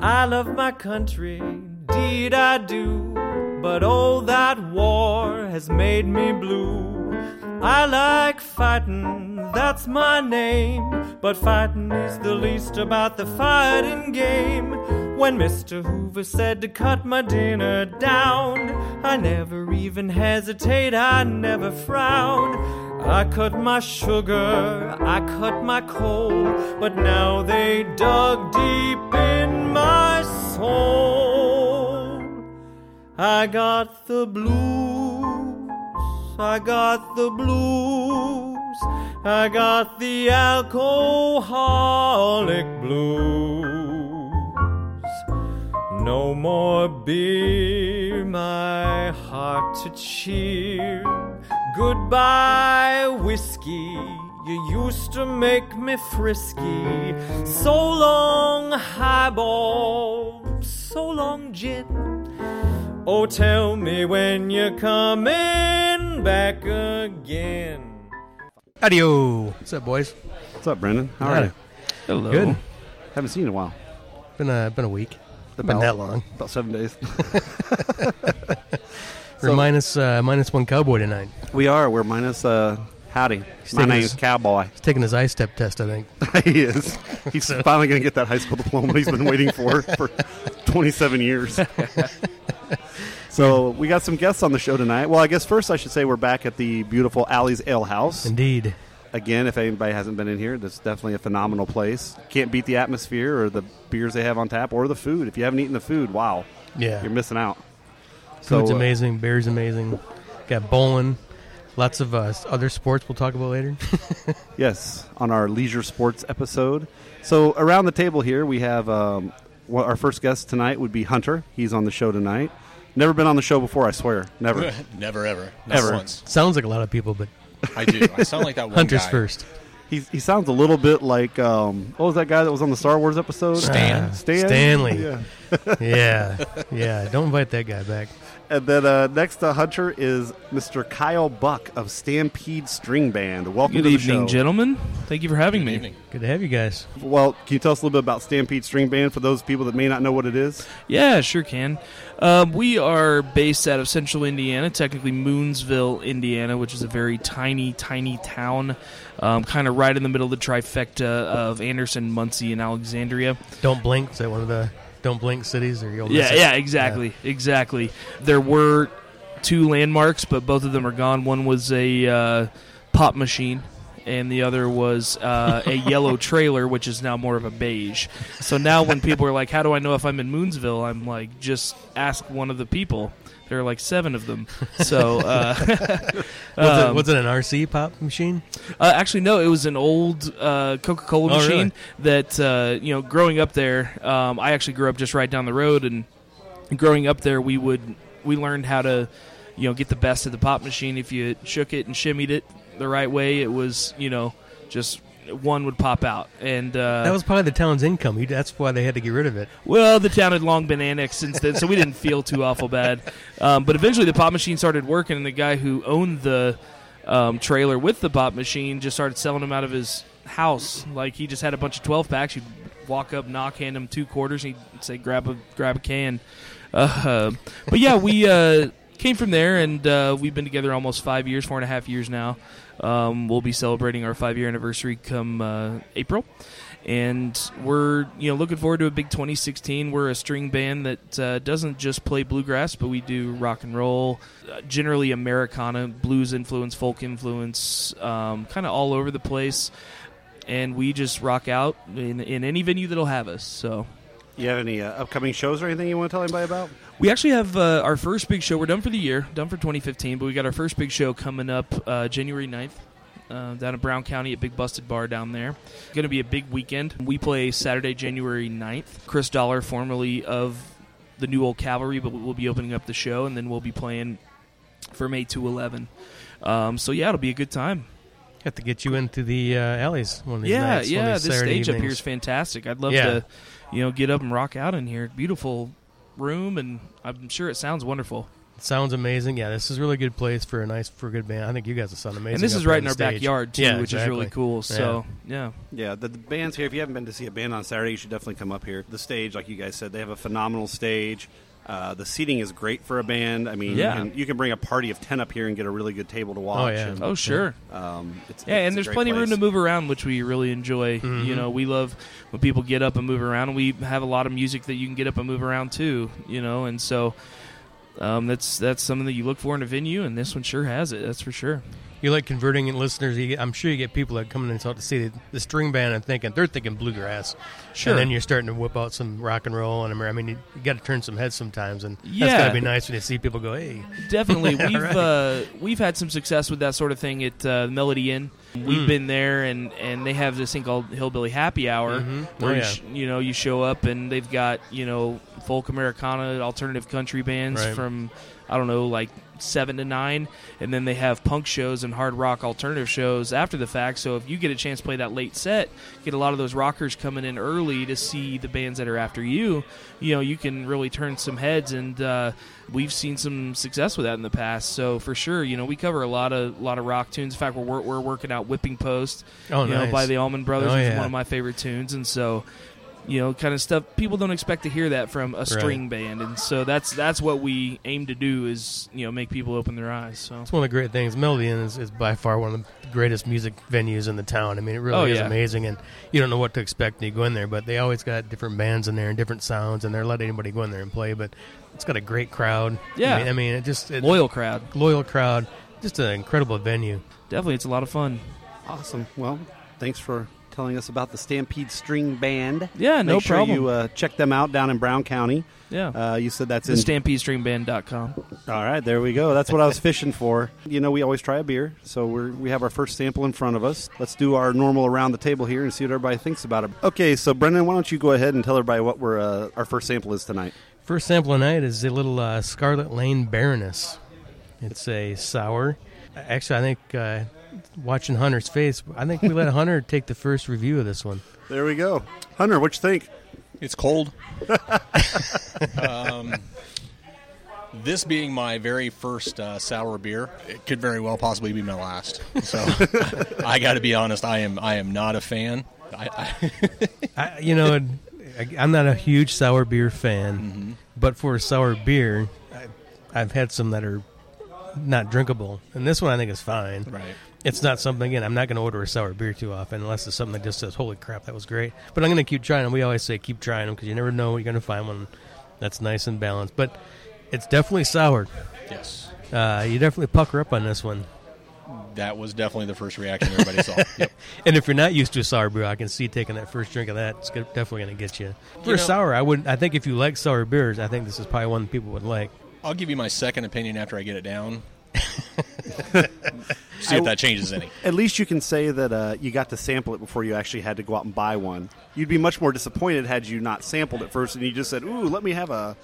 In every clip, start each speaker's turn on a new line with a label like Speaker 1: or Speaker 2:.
Speaker 1: I love my country, indeed I do. But oh, that war has made me blue. I like fighting, that's my name. But fighting is the least about the fighting game. When Mr. Hoover said to cut my dinner down, I never even hesitate, I never frown. I cut my sugar, I cut my coal, but now they dug deep in my soul. I got the blues, I got the blues, I got the alcoholic blues. No more beer, my heart to cheer. Goodbye, whiskey. You used to make me frisky. So long, highball. So long, gin. Oh, tell me when you're coming back again.
Speaker 2: Adio. What's up, boys?
Speaker 3: What's up, Brendan? How
Speaker 2: Howdy.
Speaker 3: are you?
Speaker 4: Hello.
Speaker 2: Good.
Speaker 3: Haven't seen you in a while.
Speaker 2: Been a been a week. Been that long.
Speaker 3: About seven days.
Speaker 2: We're minus, uh, minus one cowboy tonight.
Speaker 3: we are. We're minus. Uh, howdy. My
Speaker 2: taking
Speaker 3: name
Speaker 2: his-
Speaker 3: is Cowboy.
Speaker 2: He's taking his eye step test, I think.
Speaker 3: he is. He's finally going to get that high school diploma he's been waiting for for 27 years. so we got some guests on the show tonight. Well, I guess first I should say we're back at the beautiful Alley's Ale House.
Speaker 2: Indeed.
Speaker 3: Again, if anybody hasn't been in here, that's definitely a phenomenal place. Can't beat the atmosphere or the beers they have on tap or the food. If you haven't eaten the food, wow,
Speaker 2: Yeah.
Speaker 3: you're missing out.
Speaker 2: Food's
Speaker 3: uh,
Speaker 2: amazing. Beer's amazing. Got bowling. Lots of uh, other sports we'll talk about later.
Speaker 3: Yes, on our leisure sports episode. So around the table here, we have um, well, our first guest tonight would be Hunter. He's on the show tonight. Never been on the show before, I swear. Never.
Speaker 4: Never ever. Not
Speaker 3: Ever.
Speaker 4: Once.
Speaker 2: Sounds like a lot of people, but
Speaker 4: I do. I sound like that one
Speaker 2: hunters
Speaker 4: guy.
Speaker 2: first.
Speaker 3: he, he sounds a little bit like um, what was that guy that was on the Star Wars episode?
Speaker 4: Stan.
Speaker 2: Uh,
Speaker 3: Stan.
Speaker 2: Stanley.
Speaker 3: Yeah.
Speaker 2: yeah. Yeah. Don't invite that guy back.
Speaker 3: And then uh, next to Hunter is Mr. Kyle Buck of Stampede String Band. Welcome
Speaker 5: Good
Speaker 3: to the
Speaker 5: evening,
Speaker 3: show.
Speaker 5: gentlemen. Thank you for having me.
Speaker 4: Evening.
Speaker 2: Good to have you guys.
Speaker 3: Well, can you tell us a little bit about Stampede String Band for those people that may not know what it is?
Speaker 5: Yeah, sure can. Um, we are based out of central Indiana, technically Moonsville, Indiana, which is a very tiny, tiny town, um, kind of right in the middle of the trifecta of Anderson, Muncie, and Alexandria.
Speaker 2: Don't blink. Is that one of the don't blink cities? Or you'll miss
Speaker 5: Yeah,
Speaker 2: it?
Speaker 5: yeah, exactly, exactly. There were two landmarks, but both of them are gone. One was a uh, pop machine, and the other was uh, a yellow trailer, which is now more of a beige. So now, when people are like, "How do I know if I'm in Moonsville?" I'm like, "Just ask one of the people." There are like seven of them. So, uh,
Speaker 2: Was, it,
Speaker 5: um,
Speaker 2: was it an RC pop machine?
Speaker 5: uh, actually, no. It was an old uh, Coca-Cola
Speaker 2: Oh,
Speaker 5: machine that uh, you know. Growing up there, um, I actually grew up just right down the road, and growing up there, we would we learned how to you know get the best of the pop machine. If you shook it and shimmied it the right way, it was you know just one would pop out, and uh,
Speaker 2: That was probably the town's income. You- That's why they had to get rid of it.
Speaker 5: well, the town had long been annexed since then, so we didn't feel too awful bad. Um, but eventually, the pop machine started working, and the guy who owned the um, trailer with the pop machine just started selling them out of his house. Like he just had a bunch of twelve packs. You'd walk up, knock, hand him two quarters, and he'd say, "Grab a grab a can." Uh, but yeah, we uh, came from there, and uh, we've been together almost five years, four and a half years now. Um, we'll be celebrating our five year anniversary come uh, April and we're you know looking forward to a big 2016. We're a string band that uh, doesn't just play bluegrass, but we do rock and roll, uh, generally Americana, blues influence, folk influence, um, kind of all over the place. And we just rock out in, in any venue that'll have us. So
Speaker 3: You have any uh, upcoming shows or anything you want to tell anybody about?
Speaker 5: we actually have uh, our first big show. We're done for the year, done for 2015, but we got our first big show coming up uh, January 9th. Uh, down in Brown County at Big Busted Bar down there. Going to be a big weekend. We play Saturday, January 9th. Chris Dollar, formerly of the New Old Cavalry, but we'll be opening up the show, and then we'll be playing from 8 to 11. Um, so, yeah, it'll be a good time.
Speaker 2: Have to get you into the uh, alleys one of these
Speaker 5: yeah,
Speaker 2: nights. one
Speaker 5: yeah,
Speaker 2: of
Speaker 5: this
Speaker 2: these Saturday
Speaker 5: stage up
Speaker 2: evenings.
Speaker 5: here is fantastic. I'd love
Speaker 2: Yeah.
Speaker 5: to, you know, get up and rock out in here. Beautiful room, and I'm sure it sounds wonderful.
Speaker 2: Sounds amazing. Yeah, this is a really good place for a nice for a good band. I think you guys have sound amazing.
Speaker 5: and this
Speaker 2: up
Speaker 5: is
Speaker 2: there
Speaker 5: right
Speaker 2: on
Speaker 5: in
Speaker 2: the
Speaker 5: our
Speaker 2: stage.
Speaker 5: backyard too,
Speaker 2: Yeah,
Speaker 5: which is really
Speaker 2: exactly.
Speaker 5: cool. So yeah,
Speaker 3: Yeah, the, the band's here. If you haven't been to see a band on Saturday, you should definitely come up here. The stage, like you guys said, they have a phenomenal stage. Uh, the seating is great for a band. I mean,
Speaker 5: Yeah.
Speaker 3: you, can, you can bring a party of ten up here and get a really good table to watch.
Speaker 2: yeah.
Speaker 3: and,
Speaker 5: oh sure.
Speaker 3: um, it's,
Speaker 5: Yeah, and there's plenty of room to move around, which we really enjoy.
Speaker 2: Mm-hmm.
Speaker 5: You know, we love when people get up and move around. We have a lot of music that you can get up and move around too. You know, and so um, that's that's something that you look for in a venue, and this one sure has it. That's for sure.
Speaker 2: You like converting in listeners. You get, I'm sure you get people that come in and talk to see the, the string band and thinking they're thinking bluegrass.
Speaker 5: Sure.
Speaker 2: And then you're starting to whip out some rock and roll. And I mean, you, got to turn some heads sometimes. And that's
Speaker 5: Yeah.
Speaker 2: got to be nice when you see people go, "Hey,
Speaker 5: Definitely,
Speaker 2: Yeah,
Speaker 5: we've
Speaker 2: right.
Speaker 5: uh, we've had some success with that sort of thing at uh, Melody Inn.
Speaker 2: Mm.
Speaker 5: We've been there, and, and they have this thing called Hillbilly Happy Hour,
Speaker 2: Mhm.
Speaker 5: where
Speaker 2: Oh,
Speaker 5: you,
Speaker 2: yeah.
Speaker 5: sh- you know you show up and they've got you know folk Americana, alternative country bands
Speaker 2: Right.
Speaker 5: from I don't know like seven to nine, and then they have punk shows and hard rock alternative shows after the fact. So if you get a chance to play that late set, get a lot of those rockers coming in early to see the bands that are after you. You know you can really turn some heads, and uh, we've seen some success with that in the past. So for sure, you know we cover a lot of lot of rock tunes. In fact, we're we're working out Whipping Post
Speaker 2: oh
Speaker 5: you
Speaker 2: nice."
Speaker 5: know, by the Allman Brothers,
Speaker 2: Oh,
Speaker 5: which is
Speaker 2: yeah.
Speaker 5: one of my favorite tunes, and so you know, kind of stuff people don't expect to hear that from a string band, and so that's that's what we aim to do is you know make people open their eyes. So
Speaker 2: It's one of the great things. Melody Inn is, is by far one of the greatest music venues in the town. I mean, it really
Speaker 5: Oh,
Speaker 2: is
Speaker 5: yeah.
Speaker 2: amazing, and you don't know what to expect when you go in there. But they always got different bands in there and different sounds, and they're letting anybody go in there and play. But it's got a great crowd.
Speaker 5: Yeah.
Speaker 2: I mean, I mean, it just it,
Speaker 5: loyal crowd,
Speaker 2: loyal crowd. Just an incredible venue.
Speaker 5: definitely, it's a lot of fun.
Speaker 3: Awesome. Well, thanks for telling us about the Stampede String Band.
Speaker 5: Yeah,
Speaker 3: Make
Speaker 5: no
Speaker 3: sure
Speaker 5: problem.
Speaker 3: You uh, check them out down in Brown County.
Speaker 5: yeah,
Speaker 3: Uh, you said that's
Speaker 5: the
Speaker 3: in.
Speaker 5: StampedeStringBand.com.
Speaker 3: All right, there we go. That's what I was fishing for. You know, we always try a beer, so we're, we have our first sample in front of us. Let's do our normal around the table here and see what everybody thinks about it. Okay, so Brendan, why don't you go ahead and tell everybody what we're, uh, our first sample is tonight?
Speaker 2: First sample of the night is the little uh, Scarlet Lane Baroness. It's a sour. Actually, I think uh, watching Hunter's face, I think we let Hunter take the first review of this one.
Speaker 3: There we go. Hunter, what you think?
Speaker 4: It's cold. um, this being my very first uh, sour beer, it could very well possibly be my last. So I got to be honest. I am. I am not a fan. I, I,
Speaker 2: I, you know, I, I'm not a huge sour beer fan, but for a sour beer, I, I've had some that are not drinkable, and this one I think is fine.
Speaker 4: right.
Speaker 2: It's not something again. I'm not going to order a sour beer too often unless it's something that just says, "Holy crap, that was great!" But I'm going to keep trying them. We always say keep trying them because you never know you're going to find one that's nice and balanced. But it's definitely soured.
Speaker 4: Yes.
Speaker 2: Uh, you definitely pucker up on this one.
Speaker 4: That was definitely the first reaction everybody saw. Yep.
Speaker 2: And if you're not used to a sour beer, I can see taking that first drink of that. It's go- definitely going to get you. For
Speaker 4: You know-
Speaker 2: a sour, I would. I think if you like sour beers, I think this is probably one people would like.
Speaker 4: I'll give you my second opinion after I get it down. See if that changes any.
Speaker 3: At least you can say that uh, you got to sample it before you actually had to go out and buy one. You'd be much more disappointed had you not sampled it first and you just said, ooh, let me have a,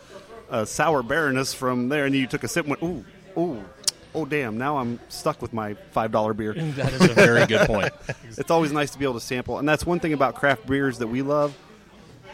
Speaker 3: a sour baroness from there. And then you took a sip and went, ooh, ooh, oh, damn, now I'm stuck with my $5 beer.
Speaker 4: That is a very good point.
Speaker 3: It's always nice to be able to sample, and that's one thing about craft beers that we love.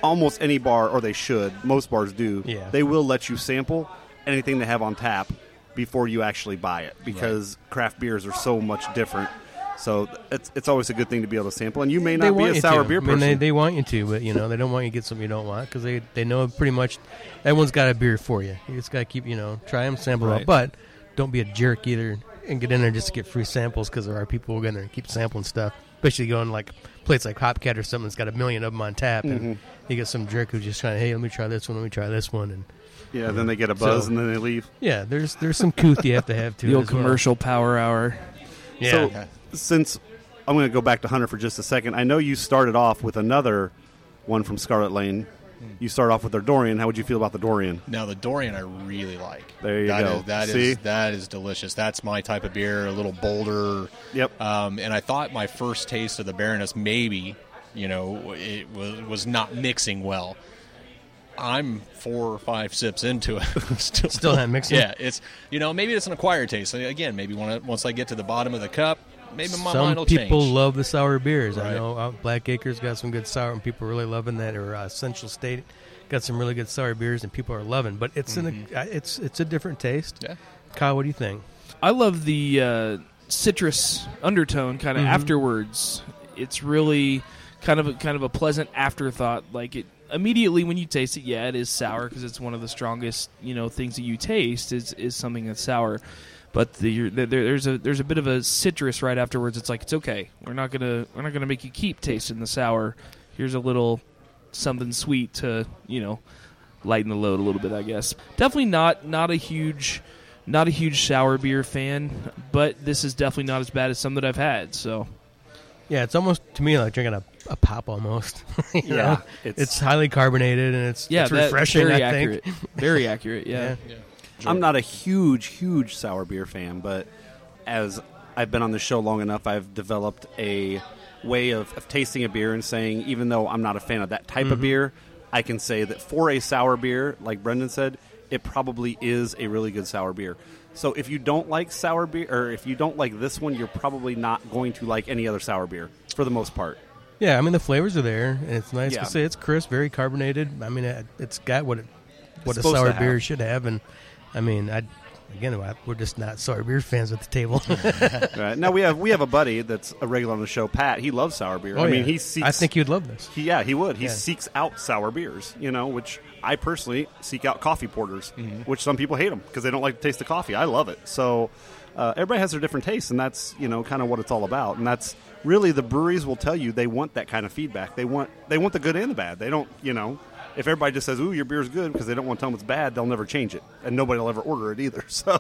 Speaker 3: Almost any bar, or they should, most bars do.
Speaker 2: Yeah.
Speaker 3: They will let you sample anything they have on tap before you actually buy it because craft beers are so much different. So it's, it's always a good thing to be able to sample, and you may
Speaker 2: they
Speaker 3: not be
Speaker 2: want
Speaker 3: a
Speaker 2: you
Speaker 3: sour
Speaker 2: to.
Speaker 3: beer
Speaker 2: I mean,
Speaker 3: person.
Speaker 2: they, they want you to, but you know they don't want you to get something you don't want because they they know pretty much everyone's got a beer for you. You just got to keep you know try them, sample them,
Speaker 4: Right.
Speaker 2: but don't be a jerk either and get in there just to get free samples because there are people who are going to keep sampling stuff. Especially going like a place like Hopcat or something that's got a million of them on tap, and
Speaker 3: Mm-hmm.
Speaker 2: you get some jerk who's just trying, hey, let me try this one, let me try this one, and
Speaker 3: yeah, then they get a buzz
Speaker 2: So-
Speaker 3: and then they leave.
Speaker 2: Yeah, there's there's some couth you have to have too.
Speaker 5: The old
Speaker 2: as well.
Speaker 5: commercial power hour.
Speaker 2: Yeah.
Speaker 3: So since I'm going to go back to Hunter for just a second, I know you started off with another one from Scarlet Lane.
Speaker 2: Hmm.
Speaker 3: You started off with their Dorian. How would you feel about the Dorian?
Speaker 4: Now the Dorian I really like.
Speaker 3: There you
Speaker 4: That
Speaker 3: go.
Speaker 4: is- that is-
Speaker 3: See?
Speaker 4: that is delicious. That's my type of beer, a little bolder.
Speaker 3: Yep.
Speaker 4: Um, and I thought my first taste of the Baroness maybe, you know, it was was not mixing well. I'm four or five sips into it. still,
Speaker 2: Still not mixing?
Speaker 4: Yeah, it's you know maybe it's an acquired taste. Again, maybe when I, once I get to the bottom of the cup, maybe my
Speaker 2: some
Speaker 4: mind will
Speaker 2: people
Speaker 4: change.
Speaker 2: love the sour beers. I
Speaker 4: Right.
Speaker 2: know uh, Black Acres got some good sour, and people really loving that. Or uh, Central State Got some really good sour beers, and people are loving. But it's in a, uh, it's it's a different taste.
Speaker 4: Mm-hmm. Yeah.
Speaker 2: Kyle, what do you think?
Speaker 5: I love the uh, citrus undertone kind of afterwards. It's really kind of a, kind of a pleasant afterthought. Like it immediately when you taste it, yeah, it is sour because it's one of the strongest you know things that you taste is is something that's sour. But the, you're- there, there- there's a there's a bit of a citrus right afterwards. It's like it's okay. We're not gonna we're not gonna make you keep tasting the sour. Here's a little something sweet to you know lighten the load a little bit, I guess. Definitely not not a huge not a huge sour beer fan, but this is definitely not as bad as some that I've had. So
Speaker 2: Yeah, it's almost to me like drinking a, a pop almost. You
Speaker 3: Yeah,
Speaker 2: know?
Speaker 3: it's-
Speaker 2: it's, highly carbonated and it's
Speaker 5: yeah,
Speaker 2: it's
Speaker 5: that-
Speaker 2: refreshing.
Speaker 5: Very
Speaker 2: I think.
Speaker 5: accurate. Very accurate. Yeah.
Speaker 2: Yeah.
Speaker 3: I'm not a huge, huge sour beer fan, but as I've been on this show long enough, I've developed a way of, of tasting a beer and saying, even though I'm not a fan of that type
Speaker 2: Mm-hmm.
Speaker 3: of beer, I can say that for a sour beer, like Brendan said, it probably is a really good sour beer. So if you don't like sour beer, or if you don't like this one, you're probably not going to like any other sour beer for the most part.
Speaker 2: Yeah, I mean the flavors are there, and it's nice.
Speaker 3: Yeah.
Speaker 2: to say it's crisp, very carbonated. I mean, it, it's got what it, what a
Speaker 3: supposed to
Speaker 2: sour
Speaker 3: have.
Speaker 2: beer should have, and I mean, I again, I- we're just not sour beer fans at the table.
Speaker 3: Right. Now we have we have a buddy that's a regular on the show, Pat. He loves sour beer.
Speaker 2: Oh,
Speaker 3: I mean,
Speaker 2: yeah.
Speaker 3: he seeks
Speaker 2: I think you'd love this.
Speaker 3: He, yeah, he would. He
Speaker 2: Yeah.
Speaker 3: seeks out sour beers, you know, which I personally seek out coffee porters, which some people hate them because they don't like the taste of coffee. I love it. So uh, everybody has their different tastes, and that's you know kind of what it's all about. And that's really the breweries will tell you they want that kind of feedback. They want they want the good and the bad. They don't you know if everybody just says ooh your beer's good because they don't want to tell them it's bad, they'll never change it, and nobody will ever order it either. So.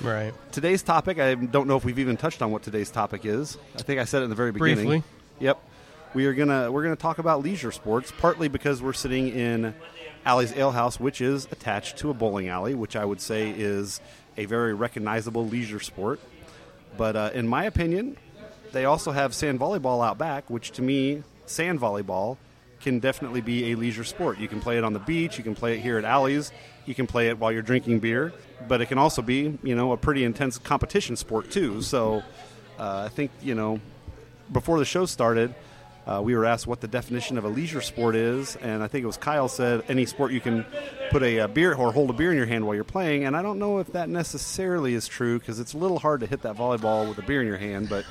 Speaker 2: Right.
Speaker 3: today's topic i don't know if we've even touched on what today's topic is i think i said it in the very beginning
Speaker 2: Briefly.
Speaker 3: yep we are gonna we're gonna talk about leisure sports partly because we're sitting in alley's ale house which is attached to a bowling alley which i would say is a very recognizable leisure sport but uh, in my opinion they also have sand volleyball out back which to me sand volleyball can definitely be a leisure sport you can play it on the beach you can play it here at alleys you can play it while you're drinking beer but it can also be you know a pretty intense competition sport too so uh, i think you know before the show started, uh, we were asked what the definition of a leisure sport is, and I think it was Kyle said any sport you can put a, uh beer or hold a beer in your hand while you're playing, and I don't know if that necessarily is true because it's a little hard to hit that volleyball with a beer in your hand, but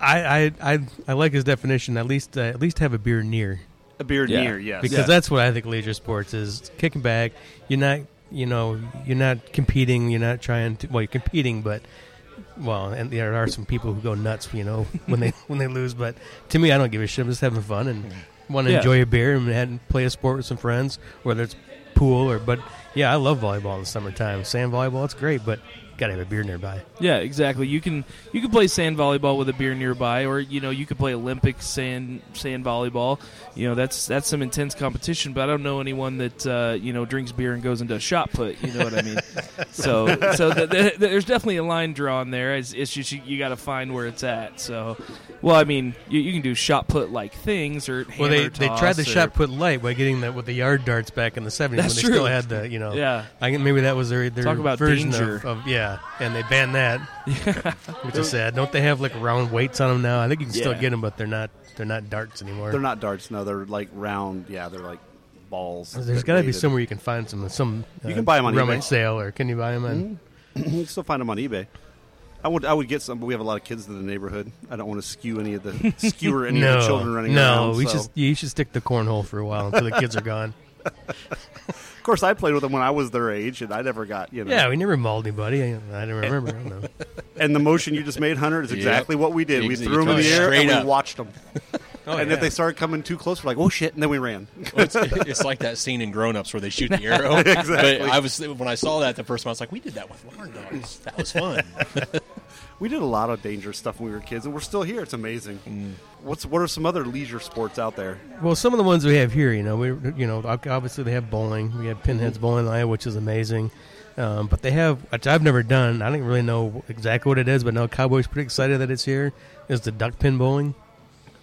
Speaker 2: I, I I I like his definition. At least uh, at least have a beer near
Speaker 3: a beer
Speaker 5: Yeah.
Speaker 3: near, yes,
Speaker 2: because that's what I think leisure sports is. Kicking back, you're not, you know, you're not competing. You're not trying to. Well, you're competing, but well, and there are some people who go nuts, you know, when they when they lose. But to me, I don't give a shit. I'm just having fun and want to
Speaker 5: Yeah.
Speaker 2: enjoy a beer and, and play a sport with some friends, whether it's pool or. But yeah, I love volleyball in the summertime. Sand volleyball, it's great, but gotta have a beer nearby.
Speaker 5: Yeah, exactly. You can you can play sand volleyball with a beer nearby, or you know you could play Olympic sand sand volleyball. You know that's that's some intense competition, but I don't know anyone that uh, you know drinks beer and goes and does shot put. You know what I mean? so so th th there's definitely a line drawn there. It's, it's just you, you got to find where it's at. So, well, I mean you, you can do shot put like things or
Speaker 2: Well, they,
Speaker 5: hammer
Speaker 2: they
Speaker 5: toss
Speaker 2: tried the
Speaker 5: or,
Speaker 2: shot put light by getting that with the yard darts back in the seventies when
Speaker 5: That's
Speaker 2: they
Speaker 5: true.
Speaker 2: still had the you know
Speaker 5: Yeah.
Speaker 2: I think maybe that was their, their
Speaker 5: Talk about
Speaker 2: version
Speaker 5: danger.
Speaker 2: Of, of yeah, and they banned that, which is sad. Don't they have like round weights on them now? I think you can still
Speaker 5: Yeah.
Speaker 2: get them, but they're not they're not darts anymore.
Speaker 3: they're not darts, no, they're like round, yeah, they're like balls.
Speaker 2: There's
Speaker 3: that
Speaker 2: got to be
Speaker 3: weighted.
Speaker 2: somewhere you can find some some.
Speaker 3: You can buy 'em on
Speaker 2: rummage
Speaker 3: eBay. Mm-hmm.
Speaker 2: sale, or can you buy them? On,
Speaker 3: You can still find them on eBay. I would I would get some, but we have a lot of kids in the neighborhood. I don't want to skew any of the skewer any of
Speaker 2: No,
Speaker 3: the children running
Speaker 2: no,
Speaker 3: around.
Speaker 2: we
Speaker 3: so.
Speaker 2: just you should stick to cornhole for a while until the kids are gone.
Speaker 3: Of course, I played with them when I was their age, and I never got you know.
Speaker 2: Yeah, we never mauled anybody. I, I don't remember. I don't know.
Speaker 3: And the motion you just made, Hunter, is exactly what we did. We
Speaker 4: Ex- you
Speaker 3: threw them in
Speaker 4: throw
Speaker 3: the
Speaker 4: it
Speaker 3: air and
Speaker 4: straight
Speaker 3: we
Speaker 4: up.
Speaker 3: watched them. and
Speaker 2: yeah.
Speaker 3: if they started coming too close, we're like, "Oh shit!" and then we ran.
Speaker 4: Well, it's, it's like that scene in Grown Ups where they shoot the arrow.
Speaker 3: Exactly.
Speaker 4: But I was when I saw that the first time, I was like, "We did that with Lauren Dogs. That was fun."
Speaker 3: We did a lot of dangerous stuff when we were kids, and we're still here. It's amazing. What's what are some other leisure sports out there?
Speaker 2: Well, some of the ones we have here, you know, we you know ob- obviously they have bowling. We have Pinheads Bowling Alley, which is amazing. Um, but they have, which I've never done. I don't really know exactly what it is, but no, Cowboys pretty excited that it's here. Is the duck pin bowling?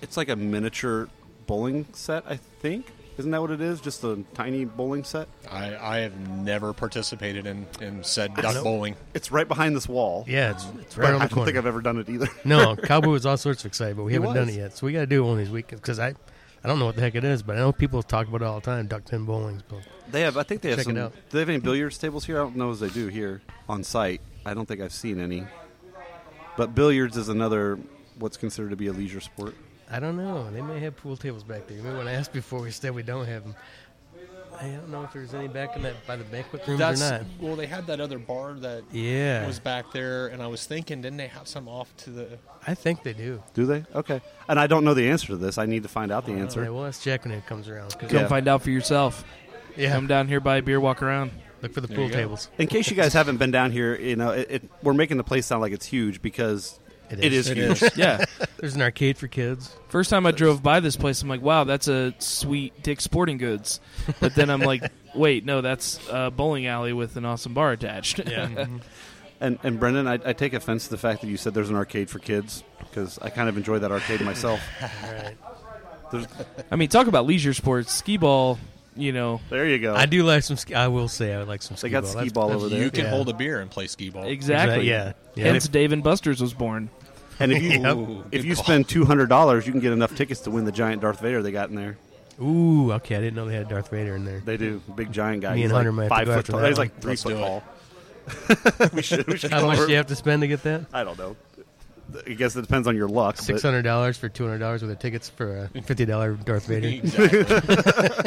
Speaker 3: It's like a miniature bowling set, I think. Isn't that what it is? Just a tiny bowling set.
Speaker 4: I, I have never participated in, in said duck bowling.
Speaker 3: It's right behind this wall.
Speaker 2: Yeah, it's, it's
Speaker 3: But
Speaker 2: right
Speaker 3: I
Speaker 2: on the
Speaker 3: don't
Speaker 2: corner.
Speaker 3: think I've ever done it either.
Speaker 2: no, Cowboy was all sorts of excited, but we
Speaker 3: He
Speaker 2: haven't done
Speaker 3: was.
Speaker 2: it yet. So we got to do it one of these weekends because I, I don't know what the heck it is, but I know people talk about it all the time. Duck pin bowling's built.
Speaker 3: They have. I think they have
Speaker 2: Check it
Speaker 3: some. Do
Speaker 2: out.
Speaker 3: they have any billiards tables here? I don't know as they do here on site. I don't think I've seen any. But billiards is another what's considered to be a leisure sport.
Speaker 2: I don't know. They may have pool tables back there. You remember when I asked before, we said we don't have them. I don't know if there's any back in that by the banquet rooms
Speaker 4: That's
Speaker 2: or not.
Speaker 4: well, they had that other bar that
Speaker 2: Yeah,
Speaker 4: was back there, and I was thinking, didn't they have some off to the?
Speaker 2: I think they do.
Speaker 3: Do they? Okay. And I don't know the answer to this. I need to find out the
Speaker 2: All right,
Speaker 3: answer.
Speaker 2: well, let's check when it comes around. 'cause-
Speaker 5: Come
Speaker 3: Yeah.
Speaker 5: find out for yourself.
Speaker 2: yeah,
Speaker 5: Come down here, buy a beer, walk around.
Speaker 2: look for the
Speaker 4: There
Speaker 2: pool
Speaker 4: you go.
Speaker 2: tables.
Speaker 3: In case you guys haven't been down here, you know it, it, we're making the place sound like it's huge because
Speaker 2: It
Speaker 3: it
Speaker 2: is.
Speaker 3: is
Speaker 4: It
Speaker 3: huge.
Speaker 4: is.
Speaker 5: Yeah.
Speaker 2: There's an arcade for kids.
Speaker 5: First time I drove by this place, I'm like, wow, that's a sweet Dick Sporting Goods. But then I'm like, wait, no, that's a bowling alley with an awesome bar attached.
Speaker 2: Yeah,
Speaker 3: And, and Brendan, I, I take offense to the fact that you said there's an arcade for kids because I kind of enjoy that arcade myself.
Speaker 2: all right.
Speaker 3: There's,
Speaker 5: I mean, talk about leisure sports, skee ball. You know
Speaker 3: there you go.
Speaker 2: I do like some. Ski, I will say I would like some.
Speaker 3: They
Speaker 2: Ski
Speaker 3: got
Speaker 2: ball.
Speaker 3: skee
Speaker 2: That's-
Speaker 3: ball over
Speaker 4: You
Speaker 3: there.
Speaker 4: can
Speaker 2: Yeah.
Speaker 4: hold a beer and play skee ball.
Speaker 5: exactly.
Speaker 2: Yeah, yeah.
Speaker 5: Hence, Dave and Buster's was born.
Speaker 3: And if you
Speaker 2: Yep.
Speaker 4: Ooh,
Speaker 3: if
Speaker 4: good
Speaker 3: you
Speaker 4: call.
Speaker 3: spend two hundred dollars, you can get enough tickets to win the giant Darth Vader they got in there.
Speaker 2: Ooh, okay. I didn't know they had Darth Vader in there.
Speaker 3: They do big giant guy.
Speaker 2: Me
Speaker 3: he's
Speaker 2: and Hunter might
Speaker 3: like
Speaker 2: have
Speaker 3: five
Speaker 2: to go
Speaker 3: foot
Speaker 2: after
Speaker 3: tall.
Speaker 2: that one.
Speaker 3: He's like 3
Speaker 4: Let's
Speaker 3: foot
Speaker 4: do it.
Speaker 3: tall. we should. We should
Speaker 2: How
Speaker 3: go
Speaker 2: much
Speaker 3: over-
Speaker 2: do you have to spend to get that?
Speaker 3: I don't know. I guess it depends on your luck. but-
Speaker 2: Six hundred dollars for two hundred dollars worth of tickets for a fifty dollar Darth Vader.
Speaker 4: Exactly.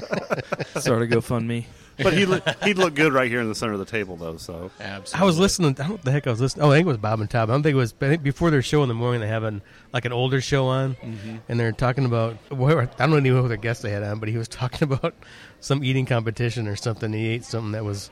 Speaker 5: Sort of GoFundMe.
Speaker 3: But he look, he'd look good right here in the center of the table, though. So
Speaker 4: Absolutely.
Speaker 2: I was listening. I don't know what the heck I was listening. Oh, I think it was Bob and Tom. I don't think it was. I think before their show in the morning, they have an like an older show on,
Speaker 5: Mm-hmm.
Speaker 2: and they're talking about. Whatever, I don't even know who the guest they had on, but he was talking about some eating competition or something. He ate something that was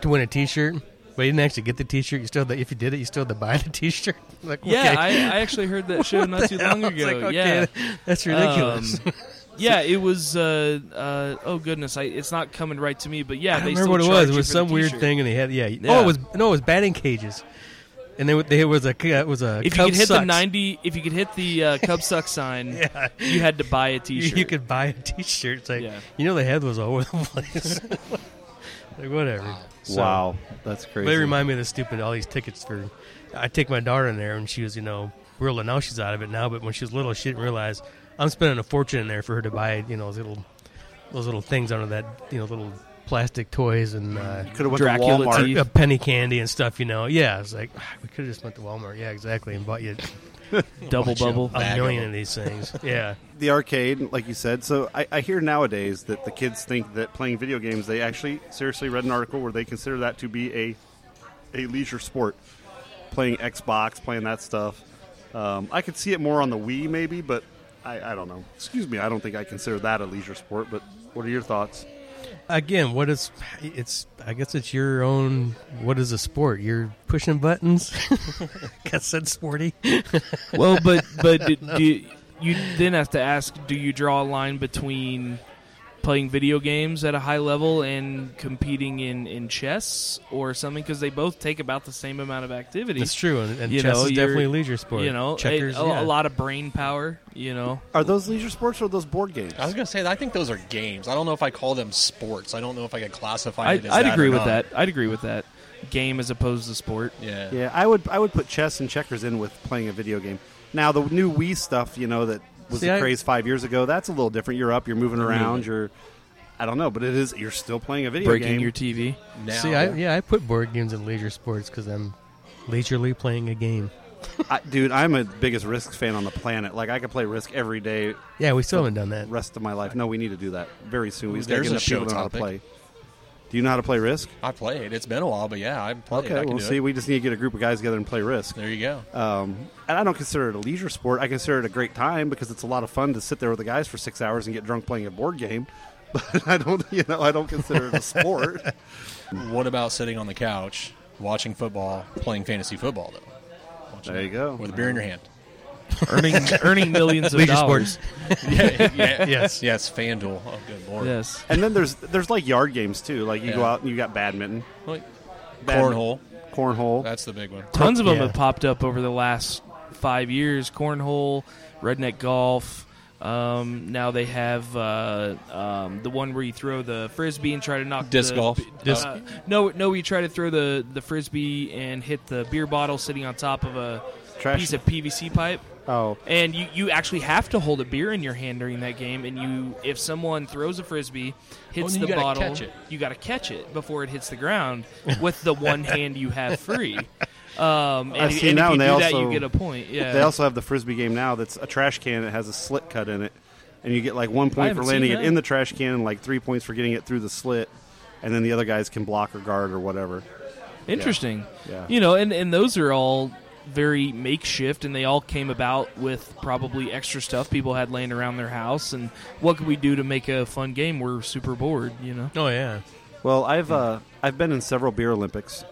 Speaker 2: to win a T-shirt, but he didn't actually get the T-shirt. You still, had to, if you did it, you still had to buy the T-shirt. Like,
Speaker 5: Yeah,
Speaker 2: okay.
Speaker 5: I, I actually heard that show not too long
Speaker 2: I was
Speaker 5: ago.
Speaker 2: like, okay,
Speaker 5: yeah.
Speaker 2: that's ridiculous.
Speaker 5: Um, yeah, it was. Uh, uh, oh goodness, I, it's not coming right to me, but yeah,
Speaker 2: I don't
Speaker 5: they still
Speaker 2: remember what it was.
Speaker 5: charge
Speaker 2: It
Speaker 5: you
Speaker 2: was
Speaker 5: for the
Speaker 2: some weird
Speaker 5: t-shirt.
Speaker 2: thing, and they had yeah. Oh,
Speaker 5: Yeah.
Speaker 2: it was no, it was batting cages, and they, they it was a it was a
Speaker 5: If you
Speaker 2: Cub
Speaker 5: could hit the
Speaker 2: Sucks.
Speaker 5: ninety, if you could hit the uh, Cub Suck sign,
Speaker 2: Yeah.
Speaker 5: you had to buy a
Speaker 2: You-
Speaker 5: T-shirt.
Speaker 2: You, could buy a T-shirt. It's like
Speaker 5: Yeah.
Speaker 2: you know, the head was all over the place. like whatever. So-
Speaker 3: wow, that's
Speaker 2: But
Speaker 3: crazy.
Speaker 2: They remind me of the stupid all these tickets for. I take my daughter in there, and she was you know real. Now she's out of it now, but when she was little, she didn't realize I'm spending a fortune in there for her to buy you know those little those little things under that you know little plastic toys and. Uh,
Speaker 3: could have went
Speaker 5: Dracula
Speaker 3: to Walmart.
Speaker 5: teeth.
Speaker 2: a penny candy and stuff, you know. Yeah, it's like "Ah, we could have just went to Walmart. Yeah, exactly, and bought you
Speaker 5: double
Speaker 4: Watch out.
Speaker 5: bubble.
Speaker 2: a
Speaker 4: Bag of
Speaker 2: million
Speaker 4: them.
Speaker 2: of these things. Yeah,
Speaker 3: The arcade, like you said. So I, I hear nowadays that the kids think that playing video games. They actually seriously read an article where they consider that to be a a leisure sport. Playing Xbox, playing that stuff. Um, I could see it more on the Wii, maybe, but I, I don't know. Excuse me, I don't think I consider that a leisure sport. But what are your thoughts?
Speaker 2: again what is it's i guess it's your own what is a sport you're pushing buttons guess that's sporty
Speaker 5: well, but but do, do, you then have to ask: Do you draw a line between playing video games at a high level and competing in, in chess or something? Because they both take about the same amount of activity.
Speaker 2: it's true and, and
Speaker 5: You
Speaker 2: chess
Speaker 5: know,
Speaker 2: is
Speaker 5: you're-
Speaker 2: definitely a leisure sport
Speaker 5: You know,
Speaker 2: checkers
Speaker 5: a, a
Speaker 2: yeah.
Speaker 5: lot of brain power. You know,
Speaker 3: Are those leisure sports or are those board games?
Speaker 4: I was gonna say, I think those are games. I don't know if I call them sports. I don't know if I could classify
Speaker 5: I,
Speaker 4: it. As
Speaker 5: I'd
Speaker 4: that
Speaker 5: agree
Speaker 4: or
Speaker 5: with
Speaker 4: not.
Speaker 5: that. I'd agree with that. Game as opposed to sport.
Speaker 4: Yeah.
Speaker 3: Yeah, I would I would put chess and checkers in with playing a video game. Now the new Wii stuff, you know, that was
Speaker 2: See,
Speaker 3: the
Speaker 2: I-
Speaker 3: craze five years ago. That's a little different. You're up, you're moving around, you're I don't know, but it is you're still playing a video
Speaker 5: Breaking
Speaker 3: game.
Speaker 5: your TV.
Speaker 4: Now,
Speaker 2: see I, yeah i put board games in leisure sports because i'm leisurely playing a game
Speaker 3: I, dude, I'm a biggest Risk fan on the planet. Like I could play Risk every day,
Speaker 2: yeah we still haven't done that
Speaker 3: rest of my life. No, we need to do that very soon. We just gotta get
Speaker 4: There's a
Speaker 3: enough people
Speaker 4: show
Speaker 3: to know how to play.
Speaker 4: topic.
Speaker 3: Do you know how to play Risk?
Speaker 4: I played. It's been a while, but yeah, I played. I
Speaker 3: Okay,
Speaker 4: can
Speaker 3: well,
Speaker 4: do
Speaker 3: see,
Speaker 4: It.
Speaker 3: we just need to get a group of guys together and play Risk.
Speaker 4: There you go.
Speaker 3: Um, and I don't consider it a leisure sport. I consider it a great time because it's a lot of fun to sit there with the guys for six hours and get drunk playing a board game. But I don't, you know, I don't consider it a sport.
Speaker 4: What about sitting on the couch, watching football, playing fantasy football though? Watching
Speaker 3: There you
Speaker 4: it
Speaker 3: go.
Speaker 4: With a beer in your hand.
Speaker 5: Earning earning millions of
Speaker 2: leisure
Speaker 5: dollars.
Speaker 2: sports
Speaker 4: yeah, yeah,
Speaker 2: Yes.
Speaker 4: yes. FanDuel. Oh, good lord.
Speaker 5: Yes.
Speaker 3: and then there's there's like yard games too. Like you go
Speaker 4: Yeah.
Speaker 3: out and you got badminton,
Speaker 4: Like,
Speaker 3: Badminton.
Speaker 4: cornhole.
Speaker 3: cornhole.
Speaker 4: That's the big one.
Speaker 5: tons of them
Speaker 2: Yeah.
Speaker 5: have popped up over the last five years. Cornhole, redneck golf. Um, now they have uh, um, the one where you throw the frisbee and try to knock
Speaker 4: Disc
Speaker 5: the-
Speaker 4: golf.
Speaker 5: uh,
Speaker 2: Disc-
Speaker 5: no, no, you try to throw the the frisbee and hit the beer bottle sitting on top of a
Speaker 3: Trash.
Speaker 5: piece of PVC pipe.
Speaker 3: Oh,
Speaker 5: And you, you actually have to hold a beer in your hand during that game. And you, if someone throws a frisbee, hits
Speaker 4: then
Speaker 5: the
Speaker 4: Oh, you gotta
Speaker 5: bottle,
Speaker 4: catch it.
Speaker 5: you got to catch it before it hits the ground with the one hand you have free. Um, and
Speaker 3: I've
Speaker 5: if-
Speaker 3: seen
Speaker 5: and
Speaker 3: that, and
Speaker 5: if
Speaker 3: they
Speaker 5: you do that,
Speaker 3: also-
Speaker 5: you get a point. Yeah,
Speaker 3: They also have the frisbee game now. That's a trash can that has a slit cut in it, and you get like one point for
Speaker 5: haven't
Speaker 3: landing
Speaker 5: seen
Speaker 3: it
Speaker 5: that.
Speaker 3: in the trash can, and like three points for getting it through the slit, and then the other guys can block or guard or whatever.
Speaker 5: Interesting.
Speaker 3: Yeah.
Speaker 5: You know, and, and those are all very makeshift, and they all came about with probably extra stuff people had laying around their house. And what could we do to make a fun game? We're super bored, you know?
Speaker 2: Oh yeah.
Speaker 3: Well, I've uh, I've been in several beer Olympics.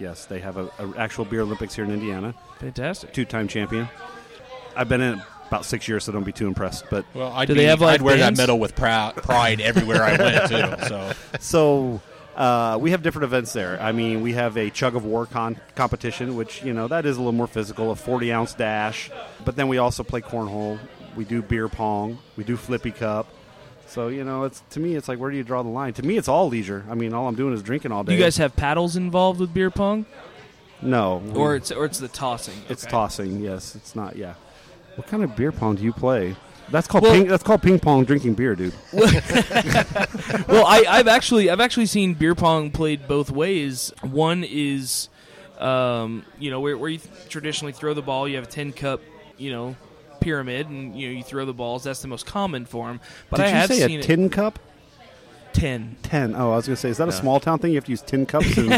Speaker 3: Yes, they have a, a actual beer Olympics here in Indiana.
Speaker 5: Fantastic.
Speaker 3: Two time champion. I've been in it about six years, so don't be too impressed. But
Speaker 4: Well, I'd
Speaker 5: Do they
Speaker 4: be-
Speaker 5: have, like,
Speaker 4: I'd wear
Speaker 5: bands?
Speaker 4: that medal with prou- pride everywhere I went too. So
Speaker 3: so uh, we have different events there. I mean, we have a chug of war con- competition, which you know that is a little more physical, a forty ounce dash. But then we also play cornhole. We do beer pong. We do flippy cup. So you know, it's to me, it's like where do you draw the line? To me, it's all leisure. I mean, all I'm doing is drinking all
Speaker 5: Do
Speaker 3: day.
Speaker 5: you guys have paddles involved with beer pong,
Speaker 3: no,
Speaker 5: or it's or it's the tossing?
Speaker 3: it's
Speaker 5: Okay.
Speaker 3: tossing. Yes, it's not. Yeah. What kind of beer pong do you play? That's called
Speaker 5: Well-
Speaker 3: ping, that's called ping pong drinking beer, dude.
Speaker 5: well, I, I've actually I've actually seen beer pong played both ways. One is, um, you know, where, where you traditionally throw the ball. You have a ten cup, you know, pyramid, and you know you throw the balls. That's the most common form. But
Speaker 3: Did
Speaker 5: I
Speaker 3: you
Speaker 5: have
Speaker 3: say a
Speaker 5: seen it-
Speaker 3: tin cup?
Speaker 5: ten.
Speaker 3: Ten. Oh, I was gonna say, is that a small town thing? You have to use tin cups in,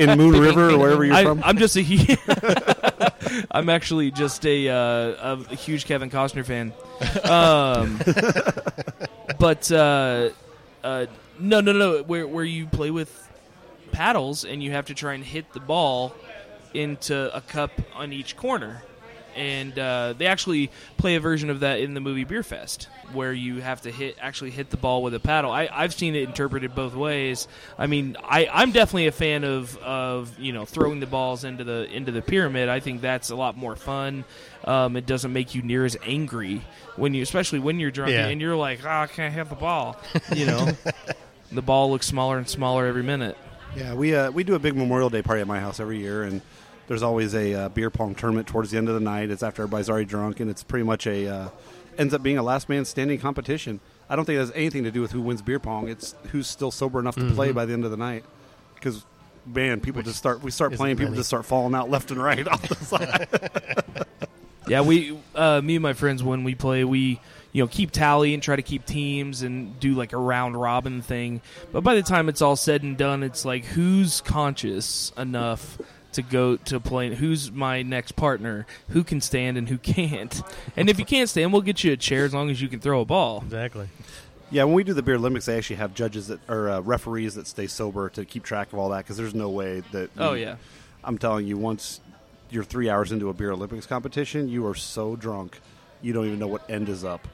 Speaker 3: in Moon River or wherever you're
Speaker 5: I,
Speaker 3: from.
Speaker 5: I'm just a. hu- I'm actually just a, uh, a, a huge Kevin Costner fan. Um, but uh, uh, no, no, no. Where where you play with paddles and you have to try and hit the ball into a cup on each corner. And uh, they actually play a version of that in the movie Beer Fest, where you have to hit actually hit the ball with a paddle. I, I've seen it interpreted both ways. I mean, I, I'm definitely a fan of, of you know throwing the balls into the into the pyramid. I think that's a lot more fun. Um, it doesn't make you near as angry when you, especially when you're drunk
Speaker 2: Yeah.
Speaker 5: and you're like, oh, I can't hit the ball. You know, the ball looks smaller and smaller every minute.
Speaker 3: yeah, we uh, we do a big Memorial Day party at my house every year, and there's always a uh, beer pong tournament towards the end of the night. It's after everybody's already drunk, and it's pretty much a uh, ends up being a last man standing competition. I don't think it has anything to do with who wins beer pong. It's who's still sober enough to play by the end of the night, because. Man, people just start. We start
Speaker 2: isn't
Speaker 3: playing. People
Speaker 2: many.
Speaker 3: just start falling out left and right off the side.
Speaker 5: Yeah, we, uh, me and my friends, when we play, we, you know, keep tally and try to keep teams and do like a round robin thing. But by the time it's all said and done, it's like who's conscious enough to go to play? Who's my next partner? Who can stand and who can't? And if you can't stand, we'll get you a chair as long as you can throw a ball.
Speaker 2: Exactly.
Speaker 3: Yeah, when we do the beer Olympics, they actually have judges that or uh, referees that stay sober to keep track of all that because there's no way that.
Speaker 5: Oh, yeah.
Speaker 3: I'm telling you, once you're three hours into a beer Olympics competition, you are so drunk, you don't even know what end is up.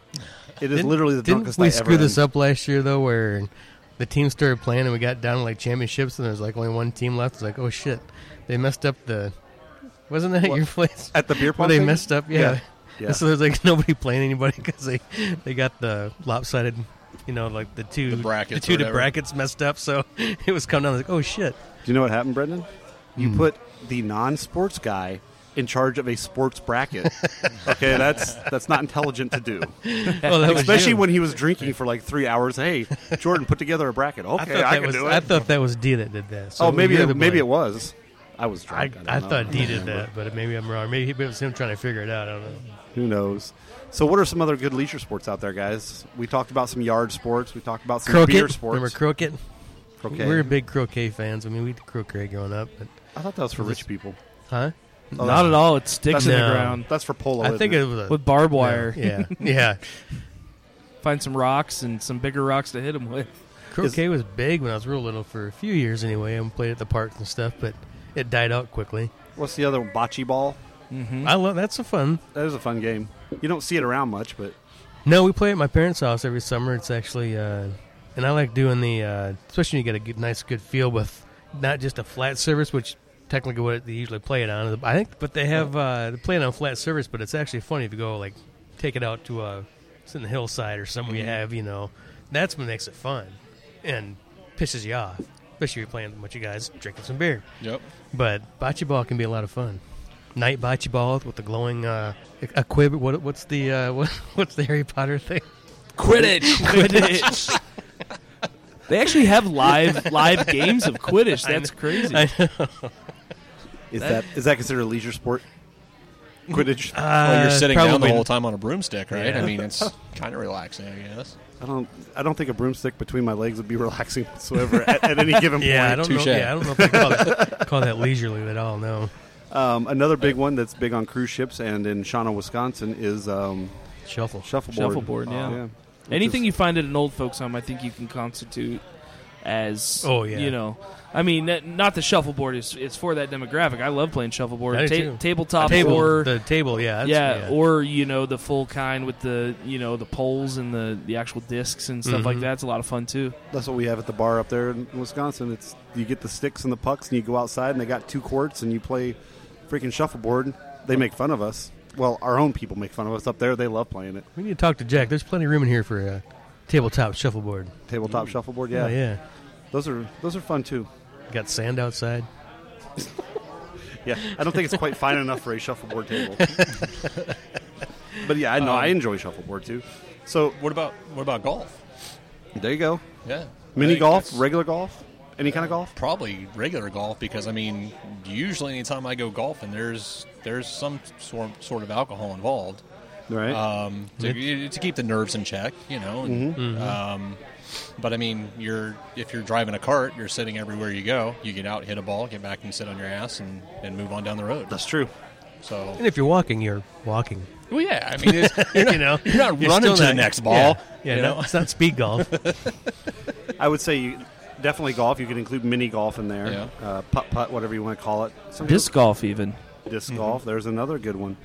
Speaker 3: It is literally the
Speaker 2: Didn't
Speaker 3: drunkest
Speaker 2: we
Speaker 3: I
Speaker 2: screw
Speaker 3: ever
Speaker 2: this
Speaker 3: am.
Speaker 2: up last year though, where the team started playing and we got down to like championships and there's like only one team left. It's like, oh shit, they messed up the. Wasn't that
Speaker 3: What?
Speaker 2: your place?
Speaker 3: at the beer
Speaker 2: Well,
Speaker 3: pong.
Speaker 2: they
Speaker 3: thing?
Speaker 2: messed up. Yeah.
Speaker 3: Yeah.
Speaker 2: And
Speaker 3: Yeah.
Speaker 2: So there's like nobody playing anybody because they they got the lopsided, you know, like the two
Speaker 4: The brackets
Speaker 2: two
Speaker 4: or whatever.
Speaker 2: brackets messed up. So it was coming down like, oh shit.
Speaker 3: Do you know what happened, Brendan? You
Speaker 2: Hmm.
Speaker 3: put the non-sports guy in charge of a sports bracket. okay, that's that's not intelligent to do.
Speaker 2: Well, that was
Speaker 3: Especially
Speaker 2: you.
Speaker 3: when he was drinking for like three hours. Hey, Jordan, put together a bracket.
Speaker 2: I
Speaker 3: Okay,
Speaker 2: thought
Speaker 3: I,
Speaker 2: that
Speaker 3: can
Speaker 2: was
Speaker 3: do it.
Speaker 2: I thought that was D that did that. So
Speaker 3: oh, maybe
Speaker 2: you're
Speaker 3: it,
Speaker 2: the
Speaker 3: maybe it
Speaker 2: blame.
Speaker 3: was. I was
Speaker 2: I,
Speaker 3: drunk.
Speaker 2: I
Speaker 3: don't
Speaker 2: thought
Speaker 3: know.
Speaker 2: D did that, but maybe I'm wrong. Maybe it was him trying to figure it out. I don't know.
Speaker 3: Who knows? So, what are some other good leisure sports out there, guys? We talked about some yard sports. We talked about some
Speaker 2: Croquet.
Speaker 3: beer sports.
Speaker 2: Remember croquet?
Speaker 3: Croquet.
Speaker 2: We were big croquet fans. I mean, we did croquet growing up, but
Speaker 3: I thought that was for rich people.
Speaker 2: huh?
Speaker 3: Oh,
Speaker 5: Not at all. It sticks in the
Speaker 2: No.
Speaker 5: ground
Speaker 3: That's for polo.
Speaker 2: Um, I think
Speaker 3: isn't
Speaker 2: Oh, it was a
Speaker 5: with barbed wire.
Speaker 2: Yeah, yeah.
Speaker 5: Find some rocks and some bigger rocks to hit them with.
Speaker 2: Croquet was big when I was real little for a few years anyway, and played at the parks and stuff, but it died out quickly.
Speaker 3: What's the other one? Bocce ball.
Speaker 2: I love that's a fun.
Speaker 3: That is a fun game. You don't see it around much, but
Speaker 2: No, we play at my parents' house every summer. It's actually, uh, and I like doing the, uh, especially when you get a good, nice, good feel with not just a flat surface, which technically what they usually play it on. I think, but they have uh, they play it on flat surface, but it's actually funny if you go like take it out to a it's in the hillside or somewhere you have, you know, that's what makes it fun and pisses you off, especially if you're playing with a bunch of guys drinking some beer.
Speaker 4: yep.
Speaker 2: But bocce ball can be a lot of fun. night bocce balls with the glowing uh, a quib. What, what's the uh, what, what's the Harry Potter thing?
Speaker 5: Quidditch. Quidditch. they actually have live live games of Quidditch. That's crazy.
Speaker 3: Is that is that considered a leisure sport? Quidditch.
Speaker 4: Well, you're
Speaker 2: Uh,
Speaker 4: sitting down the
Speaker 2: probably-
Speaker 4: whole time on a broomstick, right?
Speaker 2: Yeah.
Speaker 4: I mean, it's kind of relaxing, I guess.
Speaker 3: I don't. I don't think a broomstick between my legs would be relaxing whatsoever at, at any given
Speaker 2: Yeah, I don't
Speaker 3: point.
Speaker 4: touche.
Speaker 2: know. Yeah, I don't know if they call that, call that leisurely at all. No,
Speaker 3: Um, another big one that's big on cruise ships and in Shawnee, Wisconsin, is um,
Speaker 2: shuffle.
Speaker 3: shuffleboard.
Speaker 5: Shuffleboard, yeah.
Speaker 3: Which
Speaker 5: Anything
Speaker 3: is-
Speaker 5: you find at an old folks' home, I think you can constitute as.
Speaker 2: Oh, yeah.
Speaker 5: You know, I mean, that- not the shuffleboard is it's for that demographic. I love playing
Speaker 2: I
Speaker 5: shuffleboard,
Speaker 2: do too.
Speaker 5: tabletop,
Speaker 2: table,
Speaker 5: or
Speaker 2: the table. Yeah, that's-
Speaker 5: yeah, or you know the full kind with the you know the poles and the the actual discs and stuff like
Speaker 2: Mhm.
Speaker 5: that. It's a lot of fun too.
Speaker 3: That's what we have at the bar up there in Wisconsin. It's you get the sticks and the pucks, and you go outside, and they got two courts, and you play freaking shuffleboard. They make fun of us. Well, our own people make fun of us up there. They love playing it.
Speaker 2: we need to talk to Jack. There's plenty of room in here for a tabletop shuffleboard.
Speaker 3: Tabletop shuffleboard,
Speaker 2: Oh,
Speaker 3: Mm. yeah.
Speaker 2: yeah.
Speaker 3: Those are those are fun too.
Speaker 2: Got sand outside.
Speaker 3: Yeah, I don't think it's quite fine enough for a shuffleboard table. but yeah, I know I enjoy shuffleboard too. So
Speaker 4: What about what about golf?
Speaker 3: there you go.
Speaker 4: Yeah, I
Speaker 3: Mini
Speaker 4: think
Speaker 3: golf,
Speaker 4: that's
Speaker 3: regular golf, any kind of golf.
Speaker 4: probably regular golf because I mean, usually anytime I go golfing, there's there's some sort sort of alcohol involved
Speaker 3: Right.
Speaker 4: um, to, to keep the nerves in check, you know. And,
Speaker 3: Mm-hmm.
Speaker 4: Um, but I mean, you're if you're driving a cart, you're sitting everywhere you go. You get out, hit a ball, get back, and sit on your ass, and, and move on down the road.
Speaker 3: That's true.
Speaker 4: So
Speaker 2: And if you're walking, you're walking.
Speaker 4: Well, yeah. I mean, it's, you're not,
Speaker 2: you know,
Speaker 4: you're not running
Speaker 2: still
Speaker 4: to the
Speaker 2: not-
Speaker 4: next ball.
Speaker 2: Yeah, yeah,
Speaker 4: you
Speaker 2: no,
Speaker 4: know?
Speaker 2: it's not speed golf.
Speaker 3: I would say you, definitely golf. You could include mini golf in there,
Speaker 4: Yeah.
Speaker 3: uh, putt putt, whatever you want to call it. Some people-
Speaker 5: Disc golf, even.
Speaker 3: disc
Speaker 2: Mm-hmm.
Speaker 3: golf. There's another good one.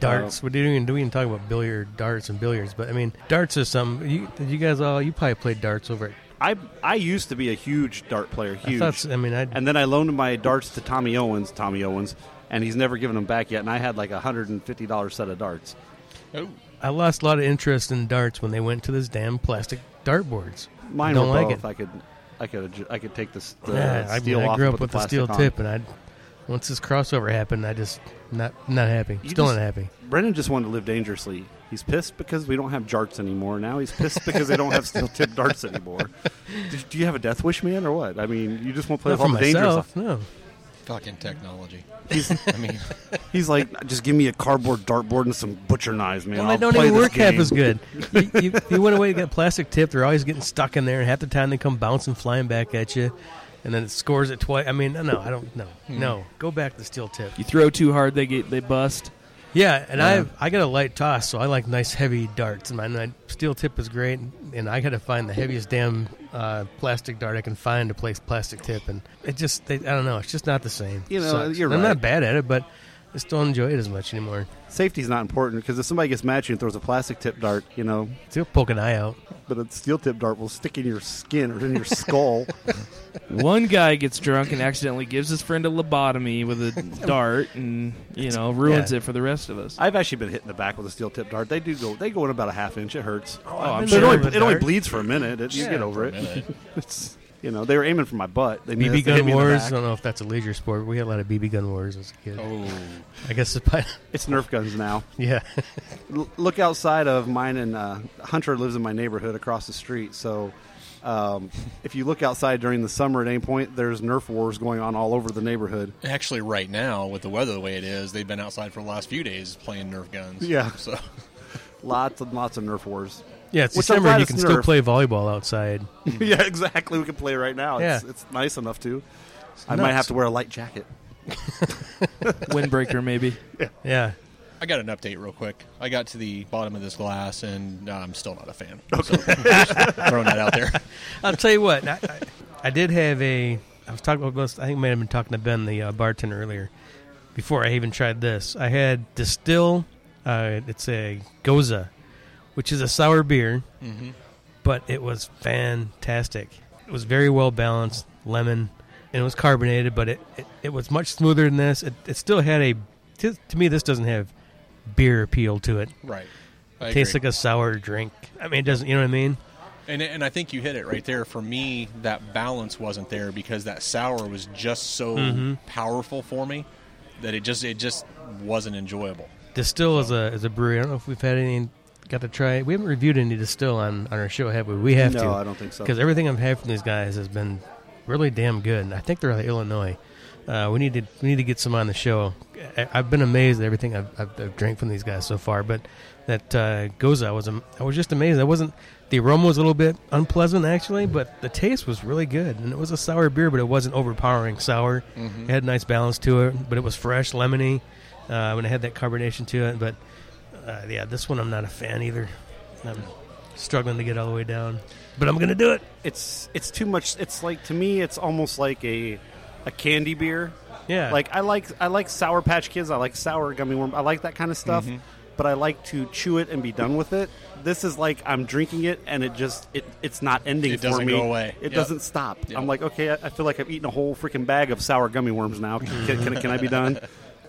Speaker 2: darts. We didn't even, didn't even talk about billiard, darts, and billiards. But I mean, darts is some. You, did you guys all? You probably played darts over at.
Speaker 3: I I used to be a huge dart player,
Speaker 2: I
Speaker 3: huge.
Speaker 2: thought. so- I mean, I.
Speaker 3: and then I loaned my darts to Tommy Owens, Tommy Owens, and he's never given them back yet. And I had like a hundred and fifty dollars set of darts.
Speaker 4: Oh,
Speaker 2: I lost a lot of interest in darts when they went to this damn plastic dartboards.
Speaker 3: Mine
Speaker 2: Don't
Speaker 3: were
Speaker 2: like
Speaker 3: both.
Speaker 2: it.
Speaker 3: I could, I could, adju- I could take this the
Speaker 2: Yeah, I,
Speaker 3: steel
Speaker 2: mean, I
Speaker 3: off.
Speaker 2: grew
Speaker 3: and
Speaker 2: up
Speaker 3: put
Speaker 2: with a
Speaker 3: plastic
Speaker 2: steel
Speaker 3: on.
Speaker 2: tip, and I once this crossover happened, I just not not happy.
Speaker 3: You
Speaker 2: Still
Speaker 3: just-
Speaker 2: not happy.
Speaker 3: Brendan just wanted to live dangerously. He's pissed because we don't have jarts anymore. Now he's pissed because they don't have steel tip darts anymore. Do, do you have a death wish, man, or what? I mean, you just want to play
Speaker 2: Not
Speaker 3: with
Speaker 2: for
Speaker 3: all the dangerous.
Speaker 2: myself. No,
Speaker 4: fucking technology.
Speaker 3: He's,
Speaker 4: I mean,
Speaker 3: he's like, just give me a cardboard dartboard and some butcher knives, man.
Speaker 2: well,
Speaker 3: I'll
Speaker 2: they don't
Speaker 3: play
Speaker 2: even
Speaker 3: this
Speaker 2: work half
Speaker 3: game."
Speaker 2: as good. you, you, you went away and got plastic tip. They're always getting stuck in there, and half the time they come bouncing, flying back at you, and then it scores it twice. I mean, no, I don't. No, no, go back to steel tip.
Speaker 5: You throw too hard, they get they bust.
Speaker 2: Yeah, and I I got a light toss, so I like nice heavy darts. And my, my steel tip is great, and I got to find the heaviest damn uh, plastic dart I can find to place plastic tip. And it just they, I don't know, it's just not the same.
Speaker 3: You know,
Speaker 2: Sucks.
Speaker 3: you're
Speaker 2: I'm
Speaker 3: right.
Speaker 2: not bad at it, but I just don't enjoy it as much anymore.
Speaker 3: Safety's not important because if somebody gets mad at you and throws a plastic tip dart, you know,
Speaker 2: Still poke an eye out.
Speaker 3: but a steel tip dart will stick in your skin or in your skull.
Speaker 5: One guy gets drunk and accidentally gives his friend a lobotomy with a dart, and you know ruins
Speaker 2: Yeah.
Speaker 5: it for the rest of us.
Speaker 3: I've actually been hit in the back with a steel tip dart. They do go, they go in about a half inch. It hurts.
Speaker 5: Oh, I'm
Speaker 2: I've been
Speaker 3: But it
Speaker 2: there
Speaker 5: sure.
Speaker 2: with
Speaker 3: only,
Speaker 2: a
Speaker 3: it only
Speaker 2: dart.
Speaker 3: bleeds for a minute. It, You
Speaker 2: Yeah,
Speaker 3: get over
Speaker 4: a
Speaker 3: it.
Speaker 4: minute.
Speaker 3: it's you know they were aiming for my butt. They missed.
Speaker 2: BB
Speaker 3: They hit
Speaker 2: gun
Speaker 3: me in the
Speaker 2: wars. I
Speaker 3: back.
Speaker 2: don't know if that's a leisure sport. But we had a lot of BB gun wars as a kid.
Speaker 4: oh,
Speaker 2: I guess it's probably,
Speaker 3: It's Nerf guns now.
Speaker 2: yeah.
Speaker 3: L- look outside of mine, and uh, Hunter lives in my neighborhood across the street. So, um, if you look outside during the summer at any point, there's Nerf wars going on all over the neighborhood.
Speaker 4: actually, right now with the weather the way it is, they've been outside for the last few days playing Nerf guns.
Speaker 3: Yeah.
Speaker 4: So
Speaker 3: Lots and lots of Nerf wars.
Speaker 2: Yeah, it's
Speaker 3: Which I'm
Speaker 2: December.
Speaker 3: glad
Speaker 2: and You
Speaker 3: it's
Speaker 2: can still
Speaker 3: Nerf.
Speaker 2: play volleyball outside.
Speaker 3: yeah, exactly. We can play right now.
Speaker 2: Yeah.
Speaker 3: It's, it's nice enough to. I might
Speaker 2: nuts.
Speaker 3: have to wear a light jacket.
Speaker 5: Windbreaker, maybe.
Speaker 2: Yeah,
Speaker 4: I got an update real quick. I got to the bottom of this glass, and uh, I'm still not a fan. So, throwing that out there.
Speaker 2: I'll tell you what. I, I, I did have a. I was talking. about I think I may have been talking to Ben, the uh, bartender, earlier. Before I even tried this, I had distill. Uh, it's a goza, which is a sour beer,
Speaker 4: Mm-hmm.
Speaker 2: but it was fantastic. It was very well balanced, lemon, and it was carbonated, but it, it, it was much smoother than this. It, it still had a. To, to me, this doesn't have beer appeal to it.
Speaker 4: Right. I
Speaker 2: Tastes
Speaker 4: agree.
Speaker 2: like a sour drink. I mean, it doesn't. You know what I mean?
Speaker 4: And, and I think you hit it right there. For me, that balance wasn't
Speaker 2: Mm-hmm.
Speaker 4: there because that sour was just so powerful for me that it just it just wasn't enjoyable.
Speaker 2: Distill is a is a brewery. I don't know if we've had any got to try. it. We haven't reviewed any Distill on, on our show, have we? We have
Speaker 3: no,
Speaker 2: to
Speaker 3: I don't think so.
Speaker 2: because everything I've had from these guys has been really damn good. And I think they're out of Illinois. Uh, we need to we need to get some on the show. I, I've been amazed at everything I've, I've, I've drank from these guys so far. But that uh, Goza, I was am- I was just amazed. I wasn't the aroma was a little bit unpleasant actually, but the taste was really good. And it was a sour beer, but it wasn't overpowering sour.
Speaker 3: Mm-hmm.
Speaker 2: It had a nice balance to it, but it was fresh, lemony, uh, and it had that carbonation to it. But uh, yeah, this one I'm not a fan either. I'm struggling to get all the way down, but I'm gonna do it.
Speaker 3: It's it's too much. It's like to me, it's almost like a a candy beer.
Speaker 2: Yeah,
Speaker 3: Like I like I like Sour Patch Kids. I like sour gummy worm. I like that kind of stuff.
Speaker 2: Mm-hmm.
Speaker 3: But I like to chew it and be done with it. This is like I'm drinking it and it just it, it's not ending
Speaker 4: It
Speaker 3: for
Speaker 4: doesn't
Speaker 3: me.
Speaker 4: go away.
Speaker 3: It
Speaker 4: Yep.
Speaker 3: doesn't stop.
Speaker 4: Yep.
Speaker 3: I'm like okay, I, I feel like I've eaten a whole freaking bag of sour gummy worms now. Can, can, can I be done?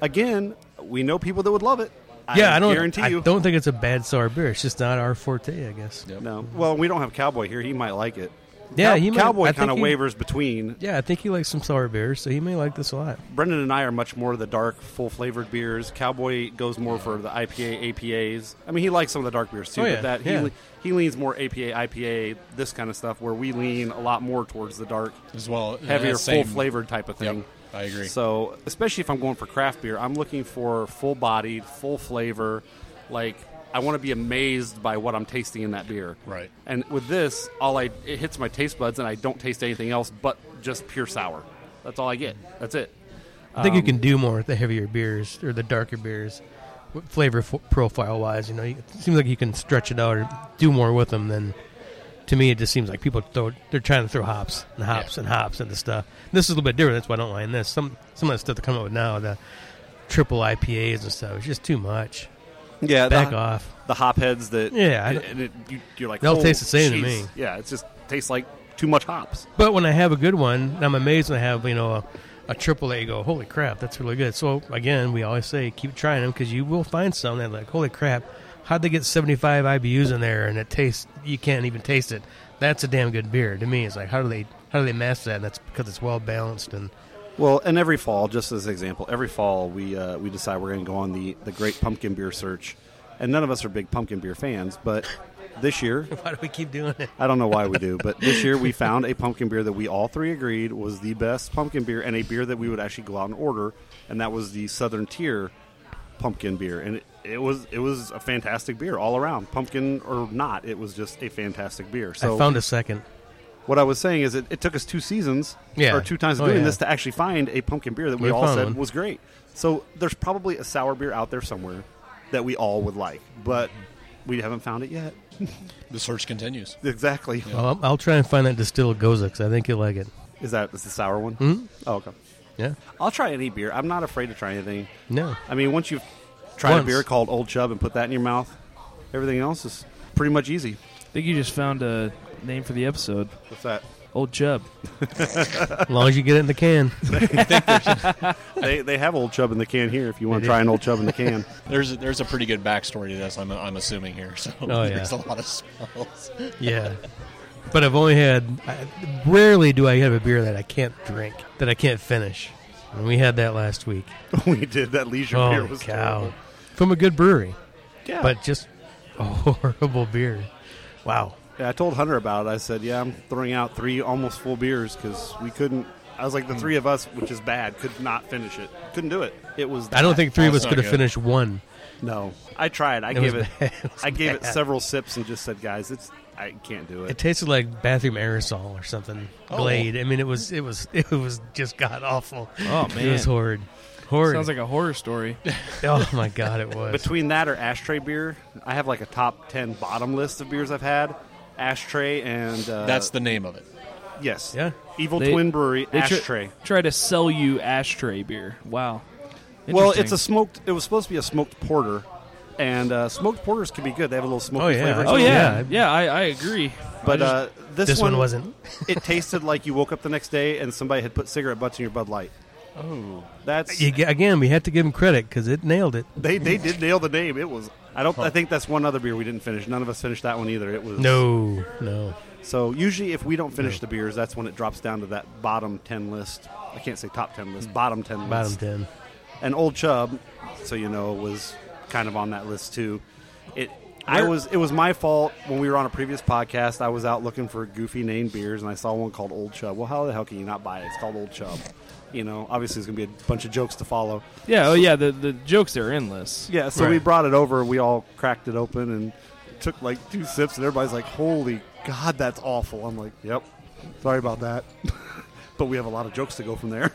Speaker 3: Again, we know people that would love it.
Speaker 2: Yeah, I, don't
Speaker 3: guarantee
Speaker 2: I
Speaker 3: you.
Speaker 2: don't think it's a bad sour beer. It's just not our forte, I guess.
Speaker 4: Yep.
Speaker 3: No. Well, we don't have Cowboy here. He might like it.
Speaker 2: Yeah,
Speaker 3: Cow-
Speaker 2: he might- I
Speaker 3: Cowboy
Speaker 2: think
Speaker 3: kind of
Speaker 2: he-
Speaker 3: wavers between.
Speaker 2: Yeah, I think he likes some sour beers, so he may like this a lot.
Speaker 3: Brendan and I are much more the dark, full flavored beers. Cowboy goes more for the IPA, APAs. I mean, he likes some of the dark beers too,
Speaker 2: Oh, yeah,
Speaker 3: but that
Speaker 2: yeah.
Speaker 3: he, le- he leans more APA, IPA, this kind of stuff, where we lean a lot more towards the dark,
Speaker 4: As well,
Speaker 3: heavier,
Speaker 4: that same-
Speaker 3: full flavored type of thing.
Speaker 4: Yep, I agree.
Speaker 3: So, especially if I'm going for craft beer, I'm looking for full bodied, full flavor. Like, I want to be amazed by what I'm tasting in that beer.
Speaker 4: Right.
Speaker 3: And with this, all I it hits my taste buds, and I don't taste anything else but just pure sour. That's all I get. That's it.
Speaker 2: I think you can do more with the heavier beers or the darker beers, w- flavor f- profile wise. You know, it seems like you can stretch it out or do more with them than. To me, it just seems like people throw, they're trying to throw hops and hops and hops into stuff. This is a little bit different. That's why I don't like this. Some some of the stuff they're coming up with now, the triple IPAs and stuff, it's just too much.
Speaker 3: Yeah,
Speaker 2: Back
Speaker 3: the,
Speaker 2: off.
Speaker 3: The hop heads that
Speaker 2: Yeah, I
Speaker 3: and
Speaker 2: don't-
Speaker 3: and it, you, you're like
Speaker 2: They all
Speaker 3: "Oh,
Speaker 2: taste the same to
Speaker 3: jeez."
Speaker 2: me.
Speaker 3: Yeah, it just tastes like too much hops.
Speaker 2: But when I have a good one, I'm amazed when I have you know a, a triple A. you Go, holy crap, that's really good. So again, we always say keep trying them because you will find some that like, holy crap, how'd they get 75 IBUs in there and it tastes you can't even taste it. That's a damn good beer to me. It's like how do they how do they master that? And that's because it's well balanced and
Speaker 3: Well, and every fall, just as an example, every fall we uh, we decide we're going to go on the the great pumpkin beer search, and none of us are big pumpkin beer fans, but this year
Speaker 2: why do we keep doing it?
Speaker 3: I don't know why we do, but this year we found a pumpkin beer that we all three agreed was the best pumpkin beer and a beer that we would actually go out and order, and that was the Southern Tier pumpkin beer. And it, it was it was a fantastic beer all around, pumpkin or not, it was just a fantastic beer. So
Speaker 2: I found a second.
Speaker 3: what I was saying is it, it took us two seasons
Speaker 2: Yeah.
Speaker 3: or two times of
Speaker 2: Oh,
Speaker 3: doing
Speaker 2: yeah.
Speaker 3: this to actually find a pumpkin beer that we,
Speaker 2: We
Speaker 3: all
Speaker 2: found
Speaker 3: said
Speaker 2: one.
Speaker 3: was great. So there's probably a sour beer out there somewhere that we all would like, but we haven't found it yet.
Speaker 4: The search continues.
Speaker 3: Exactly.
Speaker 2: Well, I'll, I'll try and find that distilled Goza 'cause I think you'll like it.
Speaker 3: Is that is the sour one?
Speaker 2: Hmm?
Speaker 3: Mm-hmm. Oh, okay.
Speaker 2: Yeah,
Speaker 3: I'll try any beer. I'm not afraid to try anything.
Speaker 2: no,
Speaker 3: I mean, once you've tried
Speaker 2: Once.
Speaker 3: a beer called Old Chub and put that in your mouth, everything else is pretty much easy.
Speaker 5: I think you just found a name for the episode.
Speaker 3: What's that?
Speaker 5: Old Jub.
Speaker 2: as long as you get it in the can.
Speaker 3: they, they have Old Chub in the can here if you want to try an Old Chub in the can.
Speaker 4: There's a, there's a pretty good backstory to this. I'm I'm assuming here. So
Speaker 2: Oh, yeah.
Speaker 4: there's a lot of smells.
Speaker 3: Uh,
Speaker 2: Yeah. But I've only had, I, rarely do I have a beer that I can't drink, that I can't finish. And we had that last week.
Speaker 3: we did that leisure beer
Speaker 2: Oh,
Speaker 3: was
Speaker 2: cow.
Speaker 3: terrible.
Speaker 2: From a good brewery,
Speaker 3: Yeah.
Speaker 2: but just a horrible beer. Wow.
Speaker 3: yeah, I told Hunter about it. I said, yeah, I'm throwing out three almost full beers because we couldn't. I was like, the three of us, which is bad, could not finish it. Couldn't do it. It was.
Speaker 2: I don't
Speaker 3: that-
Speaker 2: think three of
Speaker 4: That's
Speaker 2: us
Speaker 4: not
Speaker 2: could have
Speaker 4: good.
Speaker 2: finished one.
Speaker 3: No, I tried. I
Speaker 2: It
Speaker 3: gave
Speaker 2: was
Speaker 3: it.
Speaker 2: bad. It was
Speaker 3: I gave it
Speaker 2: bad.
Speaker 3: several sips and just said, guys, it's. I can't do
Speaker 2: It tasted like bathroom aerosol or something.
Speaker 4: Oh.
Speaker 2: Glade. I mean, it was it was it was just god awful.
Speaker 5: Oh,
Speaker 2: it was
Speaker 5: man.
Speaker 2: horrid. Horrid.
Speaker 5: Sounds like a horror story.
Speaker 2: oh my god, it was.
Speaker 3: Between that or ashtray beer, I have like a top ten bottom list of beers I've had. Ashtray and uh,
Speaker 4: That's the name of it.
Speaker 3: yes,
Speaker 2: Yeah.
Speaker 3: Evil
Speaker 5: They-
Speaker 3: Twin Brewery
Speaker 5: They tr-
Speaker 3: Ashtray.
Speaker 5: try to sell you ashtray beer. Wow.
Speaker 3: well, it's a
Speaker 5: Interesting.
Speaker 3: smoked. It was supposed to be a smoked porter, and uh, smoked porters can be good. They have a little smoky
Speaker 2: Oh, yeah.
Speaker 3: flavor. to
Speaker 5: Oh
Speaker 3: them.
Speaker 5: yeah,
Speaker 2: Yeah.
Speaker 5: yeah. I, I agree.
Speaker 3: but
Speaker 5: I just-
Speaker 3: uh, this,
Speaker 2: this one wasn't.
Speaker 3: it tasted like you woke up the next day and somebody had put cigarette butts in your Bud Light. Oh, that's
Speaker 2: You, again, we have to give them credit because it nailed it.
Speaker 3: they. They did nail the name. It was. I don't. I think that's one other beer we didn't finish. None of us finished that one either. It was
Speaker 2: No, no.
Speaker 3: So usually, if we don't finish the beers, that's when it drops down to that Hmm. bottom ten list. I can't say top ten list, bottom ten
Speaker 2: Bottom
Speaker 3: list.
Speaker 2: ten.
Speaker 3: and Old Chub, so you know, was kind of on that list too. It I
Speaker 4: Where-
Speaker 3: was it was my fault when we were on a previous podcast. I was out looking for goofy named beers and I saw one called Old Chub. Well, how the hell can you not buy it? It's called Old Chub. You know, obviously there's gonna be a bunch of jokes to follow.
Speaker 5: Yeah, oh yeah, the the jokes are endless.
Speaker 3: Yeah, so we brought it over. We all cracked it open and took like two sips, and everybody's like, "Holy God, that's awful!" I'm like, "Yep, sorry about that." but we have a lot of jokes to go from there.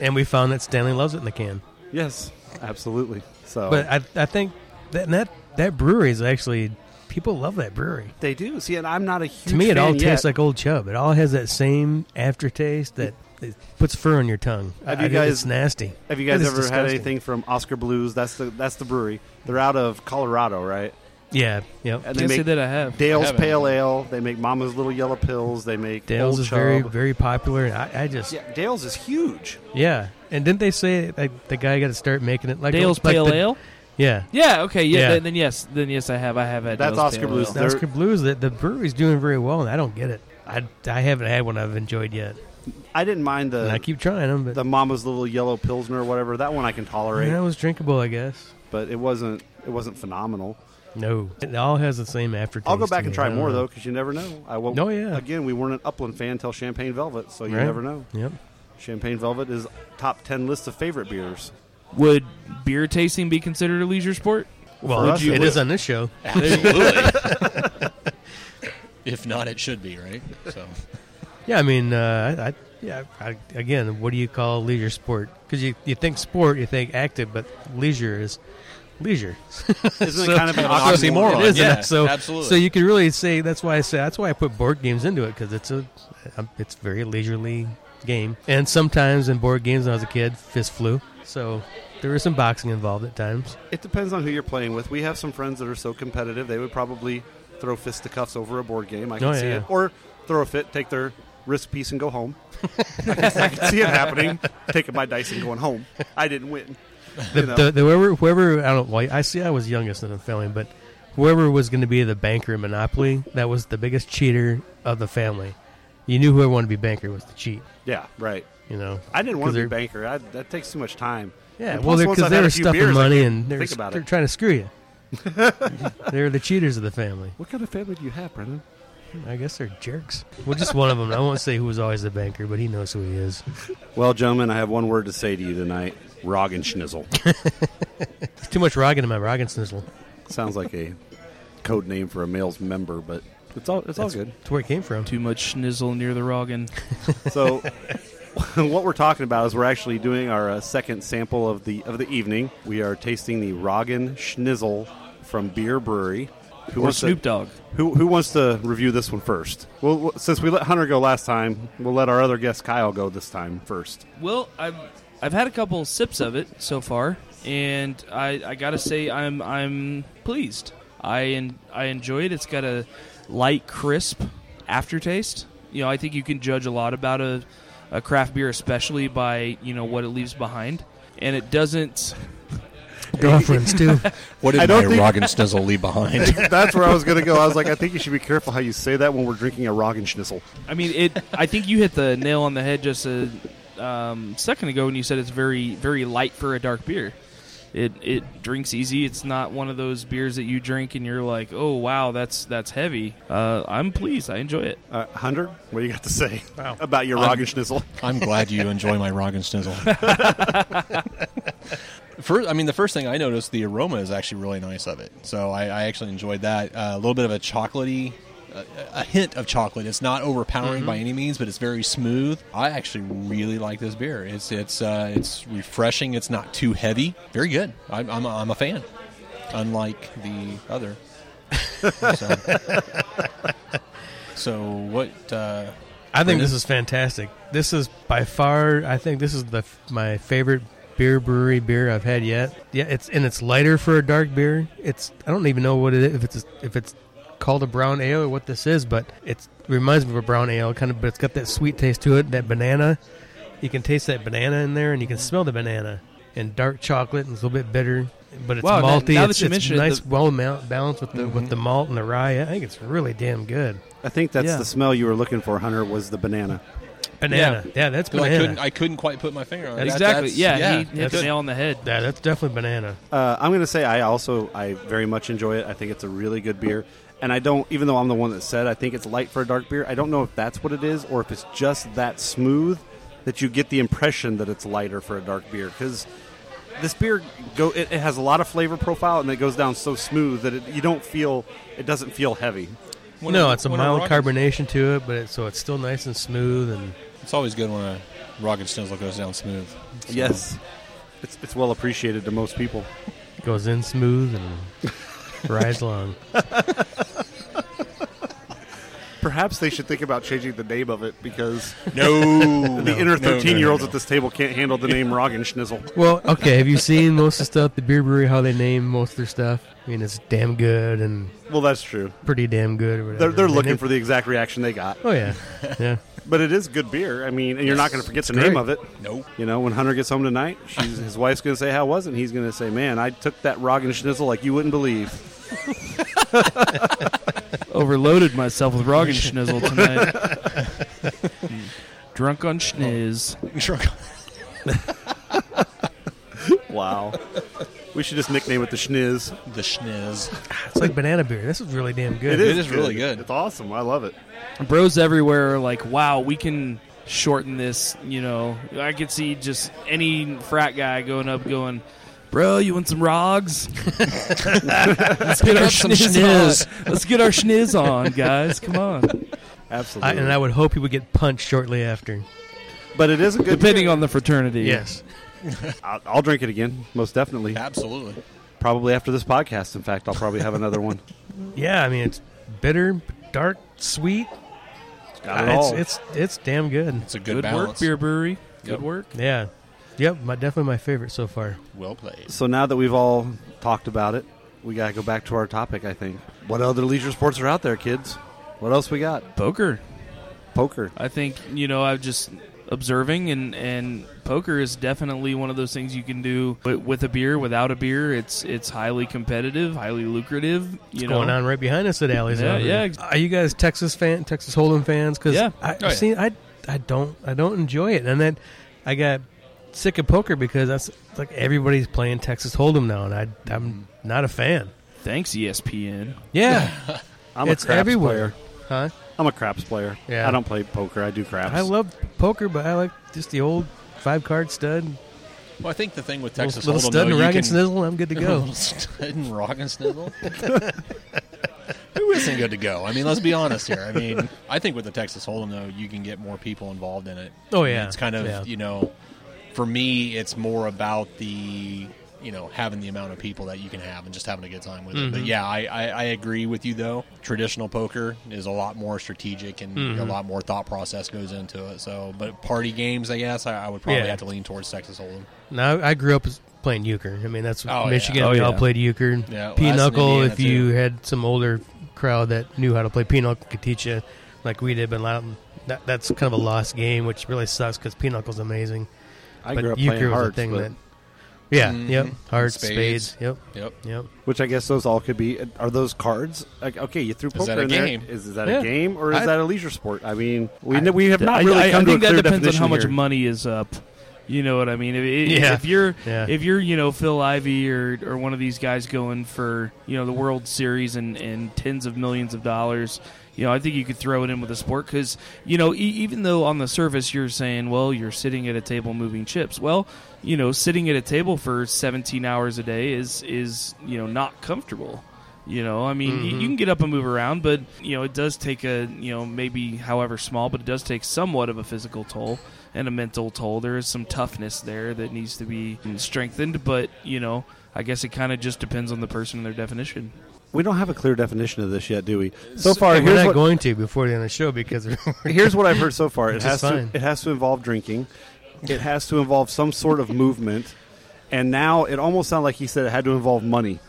Speaker 2: and we found that Stanley loves it in the can.
Speaker 3: yes, absolutely. So,
Speaker 2: But I, I think that that that brewery is actually people love that brewery.
Speaker 3: they do. See, and I'm not a huge
Speaker 2: to me, it all
Speaker 3: fan yet.
Speaker 2: tastes like Old Chub. It all has that same aftertaste that it puts fur on your tongue.
Speaker 3: Have
Speaker 2: I-
Speaker 3: you
Speaker 2: I think
Speaker 3: guys-
Speaker 2: It's nasty.
Speaker 3: Have you
Speaker 2: It
Speaker 3: guys
Speaker 2: is
Speaker 3: ever had
Speaker 2: disgusting.
Speaker 3: anything from Oscar Blues? That's the that's the brewery. They're out of Colorado, right?
Speaker 2: Yeah. Yep.
Speaker 3: And
Speaker 5: Can't say that I have.
Speaker 4: I
Speaker 3: Dale's
Speaker 4: haven't.
Speaker 3: Pale Ale. They make Mama's Little Yellow Pills. They make
Speaker 2: Dale's
Speaker 3: Old
Speaker 2: is
Speaker 3: Chub.
Speaker 2: very very popular. And I, I just yeah.
Speaker 3: yeah, Dale's is huge.
Speaker 2: And didn't they say like the guy got to start making it like
Speaker 5: Dale's
Speaker 2: like
Speaker 5: Pale
Speaker 2: the-
Speaker 5: Ale.
Speaker 2: Yeah.
Speaker 5: Yeah. Okay. Yeah.
Speaker 2: Yeah.
Speaker 5: Then, then yes. Then yes, I have. I have had.
Speaker 3: That's
Speaker 5: Dale's
Speaker 3: Oscar
Speaker 5: Pale
Speaker 3: Blues.
Speaker 5: Ale.
Speaker 2: The Oscar Blues, the, the brewery's doing very well, and I don't get it. I, I haven't had one I've enjoyed yet.
Speaker 3: I didn't mind
Speaker 2: And
Speaker 3: the
Speaker 2: I keep trying them, but
Speaker 3: the Mama's Little Yellow Pilsner or whatever. That one I can tolerate,
Speaker 2: that was drinkable, I guess.
Speaker 3: but it wasn't it wasn't phenomenal.
Speaker 2: No, it all has the same aftertaste.
Speaker 3: I'll go
Speaker 2: to
Speaker 3: back
Speaker 2: me. I
Speaker 3: and try
Speaker 2: don't
Speaker 3: more
Speaker 2: know.
Speaker 3: though, because you never know. I won't.
Speaker 2: No, yeah.
Speaker 3: Again, we weren't an Upland fan till Champagne Velvet, so you
Speaker 2: Right.
Speaker 3: never know.
Speaker 2: Yep.
Speaker 3: Champagne Velvet is top ten list of favorite beers.
Speaker 5: Would beer tasting be considered a leisure sport?
Speaker 2: Well,
Speaker 3: for
Speaker 2: it
Speaker 3: us,
Speaker 2: is
Speaker 3: you would-
Speaker 2: on this show.
Speaker 4: Absolutely. if not, it should be right. So
Speaker 2: Yeah, I mean, uh, I, I, yeah, I, again, what do you call leisure sport? Because you, you think sport, you think active, but leisure is leisure.
Speaker 3: Isn't
Speaker 2: So-
Speaker 3: it kind of an
Speaker 4: Kind of an
Speaker 3: oxymoron?
Speaker 4: oxymoron.
Speaker 2: It is,
Speaker 4: Yeah,
Speaker 2: and so
Speaker 4: absolutely.
Speaker 2: So you could really say that's why I say that's why I put board games into it because it's a um, it's very leisurely game. And sometimes in board games when I was a kid, fist flew. So there was some boxing involved at times.
Speaker 3: It depends on who you're playing with. We have some friends that are so competitive they would probably throw fisticuffs over a board game. I can
Speaker 2: Oh,
Speaker 3: see
Speaker 2: yeah.
Speaker 3: it, or throw a fit, take their wrist piece, and go home. I can see it happening. Taking my dice and going home. I didn't win.
Speaker 2: The,
Speaker 3: You know.
Speaker 2: the, the whoever whoever I don't well, I see I was youngest in the family, but whoever was going to be the banker in Monopoly that was the biggest cheater of the family. You knew whoever wanted to be banker was the cheat.
Speaker 3: Yeah, right.
Speaker 2: You know,
Speaker 3: I didn't want
Speaker 2: 'Cause
Speaker 3: to be
Speaker 2: they're-
Speaker 3: banker. I, that takes too much time.
Speaker 2: Yeah,
Speaker 3: And
Speaker 2: well,
Speaker 3: plus,
Speaker 2: they're
Speaker 3: once
Speaker 2: because
Speaker 3: I've
Speaker 2: they
Speaker 3: had a
Speaker 2: were
Speaker 3: few
Speaker 2: stuffing
Speaker 3: beers, I
Speaker 2: money
Speaker 3: can't
Speaker 2: and they're,
Speaker 3: think about
Speaker 2: they're
Speaker 3: it.
Speaker 2: trying to screw you. they're the cheaters of the family.
Speaker 3: What kind of family do you have, Brendan?
Speaker 2: I guess they're jerks. Well, just one of them. I won't say who was always the banker, but he knows who he is.
Speaker 3: Well, gentlemen, I have one word to say to you tonight: Rog and Schnizzle.
Speaker 2: It's too much Rogan in my Rogan snizzle.
Speaker 3: Sounds like a code name for a male's member, but it's all it's all good.
Speaker 2: That's where it came from.
Speaker 5: Too much schnizzle near the Rogan.
Speaker 3: So, what we're talking about is we're actually doing our uh, second sample of the of the evening. We are tasting the Roggen Schnizzle from Beer Brewery. Who
Speaker 5: Or Snoop Dogg.
Speaker 3: To, who, who wants to review this one first? Well, w- since we let Hunter go last time, we'll let our other guest Kyle go this time first.
Speaker 5: Well, I've I've had a couple sips of it so far, and I, I gotta say I'm I'm pleased. I en- I enjoy it. It's got a light, crisp aftertaste. You know, I think you can judge a lot about a, a craft beer, especially by you know what it leaves behind, and it doesn't.
Speaker 2: Girlfriends too.
Speaker 4: what
Speaker 3: I
Speaker 4: did
Speaker 3: don't
Speaker 4: my
Speaker 3: think-
Speaker 4: Rog and Snizzle leave behind?
Speaker 3: That's where I was going to go. I was like, I think you should be careful how you say that when we're drinking a Roggen Schnizzle.
Speaker 5: I mean, it. I think you hit the nail on the head just a um, second ago when you said it's very, very light for a dark beer. It it drinks easy. It's not one of those beers that you drink and you're like, oh wow, that's that's heavy. Uh, I'm pleased. I enjoy it.
Speaker 3: Uh, Hunter, what do you got to say
Speaker 2: Wow.
Speaker 3: about your
Speaker 4: I'm-
Speaker 3: Roggen Schnizzle?
Speaker 4: I'm glad you enjoy my Rog and Snizzle. First, I mean, the first thing I noticed, the aroma is actually really nice of it. So I, I actually enjoyed that. Uh, a little bit of a chocolatey, uh, a hint of chocolate. It's not overpowering by any means, but it's very smooth. I actually really like this beer. It's it's uh, it's refreshing. It's not too heavy. Very good. I'm I'm a, I'm a fan. Unlike the other. So, so what? Uh,
Speaker 2: I think this is fantastic. This is by far. I think this is the my favorite beer brewery beer I've had yet. Yeah, it's and it's lighter for a dark beer. It's I don't even know what it is, if it's if it's called a brown ale or what this is, but it reminds me of a brown ale kind of. But it's got that sweet taste to it. That banana, you can taste that banana in there, and you can smell the banana and dark chocolate and it's a little bit bitter. But it's
Speaker 5: Wow, now-
Speaker 2: malty.
Speaker 5: now that
Speaker 2: it's
Speaker 5: you
Speaker 2: it's
Speaker 5: mention it,
Speaker 2: nice,
Speaker 5: the- Mm-hmm.
Speaker 2: well mal- balanced with the with the malt and the rye. I think it's really damn good.
Speaker 3: I think that's
Speaker 5: Yeah.
Speaker 3: the smell you were looking for, Hunter, was the banana.
Speaker 2: Banana. Oh, Yeah, that's
Speaker 4: 'Cause I
Speaker 2: banana.
Speaker 4: couldn't, I couldn't quite put my finger on it. That-
Speaker 5: exactly.
Speaker 4: that's-
Speaker 5: yeah, he hit
Speaker 2: that's-
Speaker 5: the nail on the head.
Speaker 2: yeah, that's definitely banana.
Speaker 3: Uh, I'm going to say I also I very much enjoy it. I think it's a really good beer, and I don't even though I'm the one that said I think it's light for a dark beer. I don't know if that's what it is or if it's just that smooth that you get the impression that it's lighter for a dark beer because this beer go it, it has a lot of flavor profile and it goes down so smooth that it, you don't feel it doesn't feel heavy.
Speaker 4: when
Speaker 2: no, it's a
Speaker 4: when I'm
Speaker 2: mild
Speaker 4: rocking-
Speaker 2: carbonation to it, but it, so it's still nice and smooth. And
Speaker 4: It's always good when a rocket snizzle goes down smooth. So-
Speaker 3: Yes, it's it's well appreciated to most people.
Speaker 2: goes in smooth and rides long.
Speaker 6: Perhaps they should think about changing the name of it because
Speaker 4: No.
Speaker 3: The inner
Speaker 4: no, no, no,
Speaker 3: thirteen year olds
Speaker 4: no.
Speaker 3: at this table can't handle the name Roggen Schnizzle.
Speaker 2: Well, okay. Have you seen most of the stuff? The beer brewery, how they name most of their stuff. I mean, it's damn good and
Speaker 3: Well, that's true.
Speaker 2: pretty damn good. Or whatever.
Speaker 3: They're, they're
Speaker 2: They
Speaker 3: looking
Speaker 2: name-
Speaker 3: for the exact reaction they got.
Speaker 2: Oh yeah, yeah.
Speaker 3: But it is good beer. I mean, and you're not going to forget the name
Speaker 2: great.
Speaker 3: of it.
Speaker 4: Nope.
Speaker 3: You know, when Hunter gets home tonight, she's, his wife's going to say, "How was it?" And he's going to say, "Man, I took that Roggen Schnitzel like you wouldn't believe."
Speaker 5: Overloaded myself with Roggen Schnizzle tonight. Hmm. Drunk on schniz.
Speaker 3: Wow. we should just nickname it the Schniz.
Speaker 4: the schniz.
Speaker 2: It's like banana beer. This is really damn good.
Speaker 4: is. really good.
Speaker 6: It's awesome. I love it.
Speaker 5: Bros everywhere are like, wow, we can shorten this. You know, I could see just any frat guy going up going. Bro, you want some rogs? Let's get our
Speaker 4: Some
Speaker 5: schniz,
Speaker 4: schniz.
Speaker 5: on. Let's get our schniz on, guys. Come on.
Speaker 3: Absolutely.
Speaker 2: I, and I would hope he would get punched shortly after.
Speaker 3: but it is a good.
Speaker 5: Depending
Speaker 3: beer.
Speaker 5: on the fraternity.
Speaker 2: Yes.
Speaker 3: I'll, I'll drink it again, most definitely.
Speaker 4: Absolutely.
Speaker 3: Probably after this podcast. In fact, I'll probably have another one.
Speaker 2: Yeah. I mean, it's bitter, dark, sweet.
Speaker 3: It's Got it
Speaker 2: it's
Speaker 3: all.
Speaker 2: it's it's damn good.
Speaker 4: It's a good,
Speaker 5: Good
Speaker 4: balance.
Speaker 5: work, beer brewery. Good
Speaker 4: Yep.
Speaker 5: work.
Speaker 2: Yeah. Yep. My definitely my favorite so far.
Speaker 4: Well played.
Speaker 3: so now that we've all talked about it, we got to go back to our topic. I think. What other leisure sports are out there, kids? What else we got?
Speaker 5: Poker.
Speaker 3: Poker.
Speaker 5: I think you know I've just observing and and poker is definitely one of those things you can do with, with a beer without a beer. It's it's highly competitive, highly lucrative. You know,
Speaker 2: going on right behind us at Alley's.
Speaker 5: Yeah,
Speaker 2: over.
Speaker 5: yeah, ex-
Speaker 2: Are you guys Texas fan, Texas Hold'em fans? Because
Speaker 5: Yeah.
Speaker 2: I, I've
Speaker 4: yeah.
Speaker 2: seen. I I don't I don't enjoy it, and then I got sick of poker because that's it's like everybody's playing Texas Hold'em now, and I I'm not a fan.
Speaker 5: thanks ESPN.
Speaker 2: Yeah,
Speaker 3: I'm
Speaker 2: it's
Speaker 3: a craps
Speaker 2: everywhere,
Speaker 3: player.
Speaker 2: huh?
Speaker 3: I'm a craps player.
Speaker 2: Yeah.
Speaker 3: I don't play poker. I do craps.
Speaker 2: I love poker, but I like just the old five card stud,
Speaker 4: Well, I think the thing with Texas
Speaker 2: little, little
Speaker 4: Hold'em,
Speaker 2: stud
Speaker 4: though,
Speaker 2: and
Speaker 4: you
Speaker 2: rag
Speaker 4: can
Speaker 2: and snizzle. I'm good to go.
Speaker 4: little stud and rock and snizzle. Who isn't good to go? I mean, let's be honest here. I mean, I think with the Texas Hold'em though, you can get more people involved in it.
Speaker 2: Oh,
Speaker 4: I mean,
Speaker 2: yeah.
Speaker 4: it's kind of
Speaker 2: Yeah.
Speaker 4: you know, for me, it's more about the you know having the amount of people that you can have and just having a good time with it. But yeah, I, I, I agree with you though. Traditional poker is a lot more strategic and a lot more thought process goes into it. So, but party games, I guess, I, I would probably
Speaker 2: Yeah.
Speaker 4: have to lean towards Texas Hold'em.
Speaker 2: Now I grew up as playing euchre. I mean, that's
Speaker 4: Oh, yeah.
Speaker 2: Michigan.
Speaker 5: Oh,
Speaker 2: we all
Speaker 5: yeah.
Speaker 2: played euchre.
Speaker 4: Yeah, well,
Speaker 2: pinochle.
Speaker 4: that's
Speaker 2: If
Speaker 4: in
Speaker 2: you
Speaker 4: Indiana,
Speaker 2: had some older crowd that knew how to play pinochle, could teach you like we did. But a lot of- that, that's kind of a lost game, which really sucks because pinocchle's amazing.
Speaker 3: I
Speaker 2: but
Speaker 3: grew up
Speaker 2: euchre
Speaker 3: playing
Speaker 2: was
Speaker 3: hearts,
Speaker 2: a thing
Speaker 3: but-
Speaker 2: that. Yeah. Yep. Hearts, spades.
Speaker 4: Mm-hmm. Spades.
Speaker 2: Yep.
Speaker 4: Yep.
Speaker 2: Yep.
Speaker 3: which I guess those all could be. Are those cards? Like, okay, you threw poker
Speaker 4: that a
Speaker 3: in
Speaker 4: game?
Speaker 3: there. Is, is that
Speaker 2: Yeah.
Speaker 3: a game or is
Speaker 2: I-
Speaker 3: that a leisure sport? I mean, we, n we have not
Speaker 5: I-
Speaker 3: really
Speaker 5: I,
Speaker 3: come
Speaker 5: I
Speaker 3: to
Speaker 5: think
Speaker 3: a
Speaker 5: that
Speaker 3: clear
Speaker 5: depends on
Speaker 3: definition
Speaker 5: how much
Speaker 3: here.
Speaker 5: money is up. You know what I mean? If, if,
Speaker 2: Yeah.
Speaker 5: if you're
Speaker 2: Yeah.
Speaker 5: if you're you know Phil Ivey or or one of these guys going for you know the World Series and and tens of millions of dollars. You know, I think you could throw it in with a sport because you know, e- even though on the surface you're saying, well, you're sitting at a table moving chips. Well, you know, sitting at a table for 17 hours a day is is you know not comfortable. You know, I mean, y- you can get up and move around, but you know, it does take a you know maybe however small, but it does take somewhat of a physical toll and a mental toll. There is some toughness there that needs to be strengthened, but you know, I guess it kind of just depends on the person and their definition.
Speaker 3: We don't have a clear definition of this yet, do we? So far,
Speaker 2: We're
Speaker 3: here's
Speaker 2: not
Speaker 3: what,
Speaker 2: going to before the end of the show because
Speaker 3: here's what I've heard so far. It
Speaker 2: Which is
Speaker 3: has to
Speaker 2: fine.
Speaker 3: it has to involve drinking. It has to involve some sort of movement. And now it almost sounded like he said it had to involve money,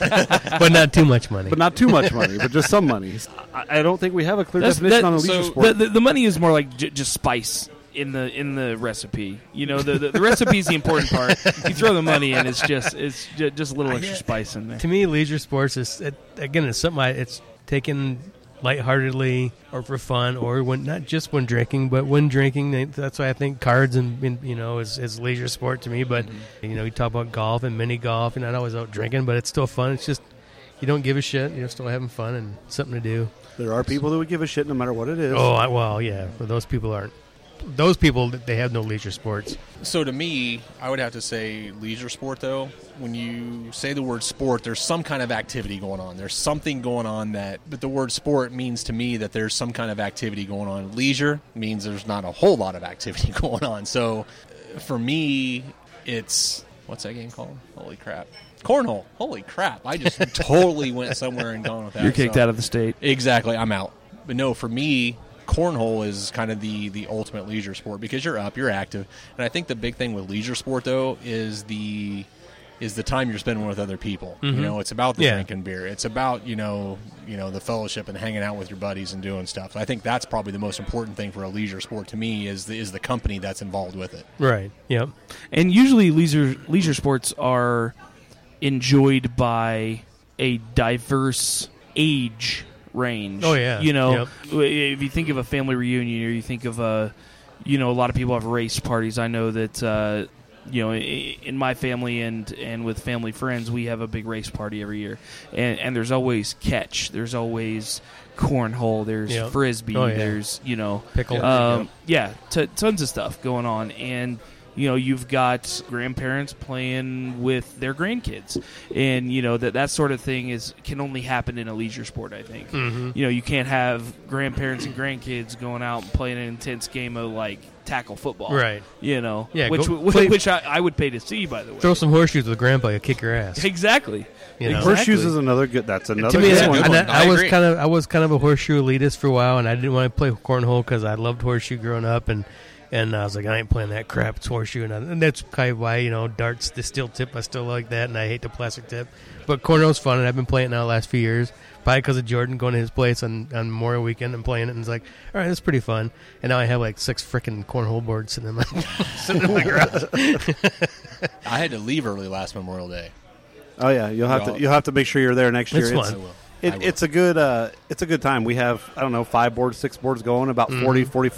Speaker 2: but not too much money.
Speaker 3: but not too much money, but just some money. I, I don't think we have a clear
Speaker 5: That's-
Speaker 3: definition
Speaker 5: that-
Speaker 3: on a leisure
Speaker 4: so-
Speaker 3: sport.
Speaker 5: The, the, the money is more like j- just spice in the in the recipe. You know, the the, the recipe is the important part. You throw the money in, it's just it's ju- just a little extra spice in there.
Speaker 2: to me, leisure sports is it, again it's something I, it's taken lightheartedly or for fun or when not just when drinking, but when drinking. they- That's why I think cards and and, you know is, is leisure sport to me. But you know, you talk about golf and mini golf. You're not always out drinking, but it's still fun. It's just you don't give a shit. You're still having fun and something to do.
Speaker 3: There are people that would give a shit no matter what it is.
Speaker 2: Oh I, well, yeah. But those people aren't. Those people they have no leisure sports.
Speaker 4: So to me, I would have to say leisure sport though. When you say the word sport, there's some kind of activity going on. There's something going on that but the word sport means to me that there's some kind of activity going on. Leisure means there's not a whole lot of activity going on. So uh, for me, it's what's that game called? Holy crap. Cornhole. Holy crap. I just totally went somewhere and gone with that.
Speaker 5: You're kicked
Speaker 4: So-
Speaker 5: out of the state.
Speaker 4: Exactly, I'm out. But no, for me, cornhole is kind of the the ultimate leisure sport because you're up, you're active, and I think the big thing with leisure sport though is the is the time you're spending with other people.
Speaker 5: Mm-hmm.
Speaker 4: You know, it's about the
Speaker 2: Yeah.
Speaker 4: drinking beer. It's about you know you know the fellowship and hanging out with your buddies and doing stuff. I think that's probably the most important thing for a leisure sport to me is the, is the company that's involved with it.
Speaker 2: Right. Yep.
Speaker 5: And usually leisure leisure sports are enjoyed by a diverse age range.
Speaker 2: Oh, yeah.
Speaker 5: You know,
Speaker 2: Yep.
Speaker 5: w- if you think of a family reunion or you think of a you know, a lot of people have race parties. I know that uh you know, i- in my family and and with family friends, we have a big race party every year, and and there's always catch, there's always cornhole, there's
Speaker 2: Yep.
Speaker 5: frisbee,
Speaker 2: Oh, yeah.
Speaker 5: there's you know,
Speaker 2: Pickle.
Speaker 5: um, yeah, t- tons of stuff going on, and you know you've got grandparents playing with their grandkids, and you know that that sort of thing is can only happen in a leisure sport. I
Speaker 2: Mm-hmm.
Speaker 5: think you know you can't have grandparents and grandkids going out and playing an intense game of like tackle football,
Speaker 2: Right.
Speaker 5: You know,
Speaker 2: Yeah,
Speaker 5: which
Speaker 2: go
Speaker 5: w-
Speaker 2: play-
Speaker 5: which I, I would pay to see. By the way,
Speaker 2: Throw some horseshoes with grandpa. You'll kick your ass.
Speaker 5: exactly.
Speaker 2: You know?
Speaker 3: Horseshoes is another good. That's another
Speaker 2: to me,
Speaker 3: good
Speaker 2: that-
Speaker 3: one.
Speaker 4: good
Speaker 2: and that-
Speaker 4: one. I
Speaker 2: I, was
Speaker 4: agree.
Speaker 2: kind of I was kind of a horseshoe elitist for a while, and I didn't want to play cornhole because I loved horseshoe growing up, and and I was like, I ain't playing that crap. It's horseshoe, and, I, and that's kind of why you know darts the steel tip. I still like that, and I hate the plastic tip. But cornhole's fun, and I've been playing it now the last few years, probably because of Jordan going to his place on on Memorial Weekend and playing it, and it's like, all right, that's pretty fun. And now I have like six freaking cornhole boards sitting in my sitting in my garage.
Speaker 4: I had to leave early last Memorial Day.
Speaker 3: Oh yeah, you'll have
Speaker 4: Y'all-
Speaker 3: to you'll have to make sure you're there next
Speaker 2: It's
Speaker 3: year.
Speaker 2: fun.
Speaker 4: I will. I
Speaker 3: It,
Speaker 4: will.
Speaker 3: it's a good uh, it's a good time. We have I don't know five boards, six boards going, about
Speaker 5: Mm-hmm.
Speaker 3: 40, 40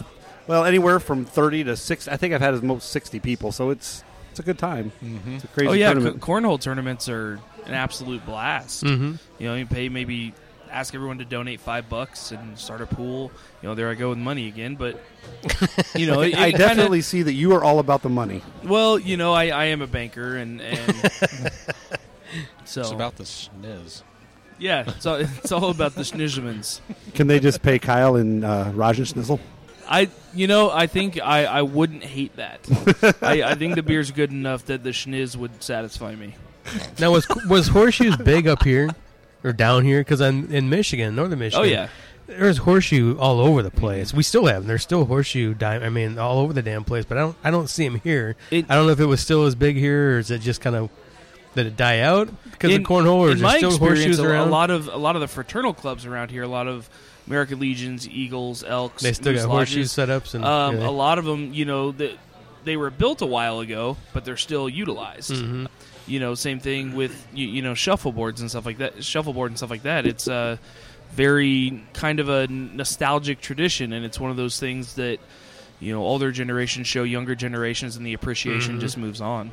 Speaker 3: well anywhere from thirty to six. I think I've had as most sixty people, so it's it's a good time. Mm-hmm. It's a crazy
Speaker 5: Oh yeah,
Speaker 3: tournament. Mm-hmm.
Speaker 5: co- cornhole tournaments are an absolute blast.
Speaker 2: Mhm.
Speaker 5: You know, you pay maybe ask everyone to donate five bucks and start a pool. You know, there I go with money again. But you know, it,
Speaker 3: I
Speaker 5: it
Speaker 3: definitely see that you are all about the money.
Speaker 5: Kinda, well, you know, I, I am a banker, and, and so
Speaker 4: It's about the schniz.
Speaker 5: yeah, it's all, it's all about the schnizzlemans.
Speaker 3: Can they just pay Kyle and uh, Raj and Schnizzle?
Speaker 5: I you know I think I, I wouldn't hate that. I, I think the beer's good enough that the schniz would satisfy me.
Speaker 2: Now was was horseshoes big up here or down here? Because I'm in Michigan, northern Michigan.
Speaker 5: Oh yeah,
Speaker 2: there's horseshoe all over the place. We still have. 'em. There's still horseshoe. Di- I mean, all over the damn place. But I don't. I don't see them here.
Speaker 5: It-
Speaker 2: I don't know if it was still as big here, or is it just kind of did it die out because of
Speaker 5: In-
Speaker 2: cornhole, or
Speaker 5: in
Speaker 2: is there
Speaker 5: my
Speaker 2: still
Speaker 5: experience,
Speaker 2: horseshoes
Speaker 5: a,
Speaker 2: around?
Speaker 5: A lot of a lot of the fraternal clubs around here, a lot of American Legions, Eagles, Elks,
Speaker 2: they still
Speaker 5: Moose
Speaker 2: got horseshoe
Speaker 5: Lodges,
Speaker 2: setups and
Speaker 5: Um,
Speaker 2: yeah.
Speaker 5: A lot of them, you know, that they were built a while ago, but they're still utilized.
Speaker 2: Mm-hmm.
Speaker 5: You know, same thing with you, you know shuffleboards and stuff like that. Shuffleboard and stuff like that. It's a very kind of a nostalgic tradition, and it's one of those things that you know older generations show younger generations, and the appreciation
Speaker 2: Mm-hmm.
Speaker 5: just moves on.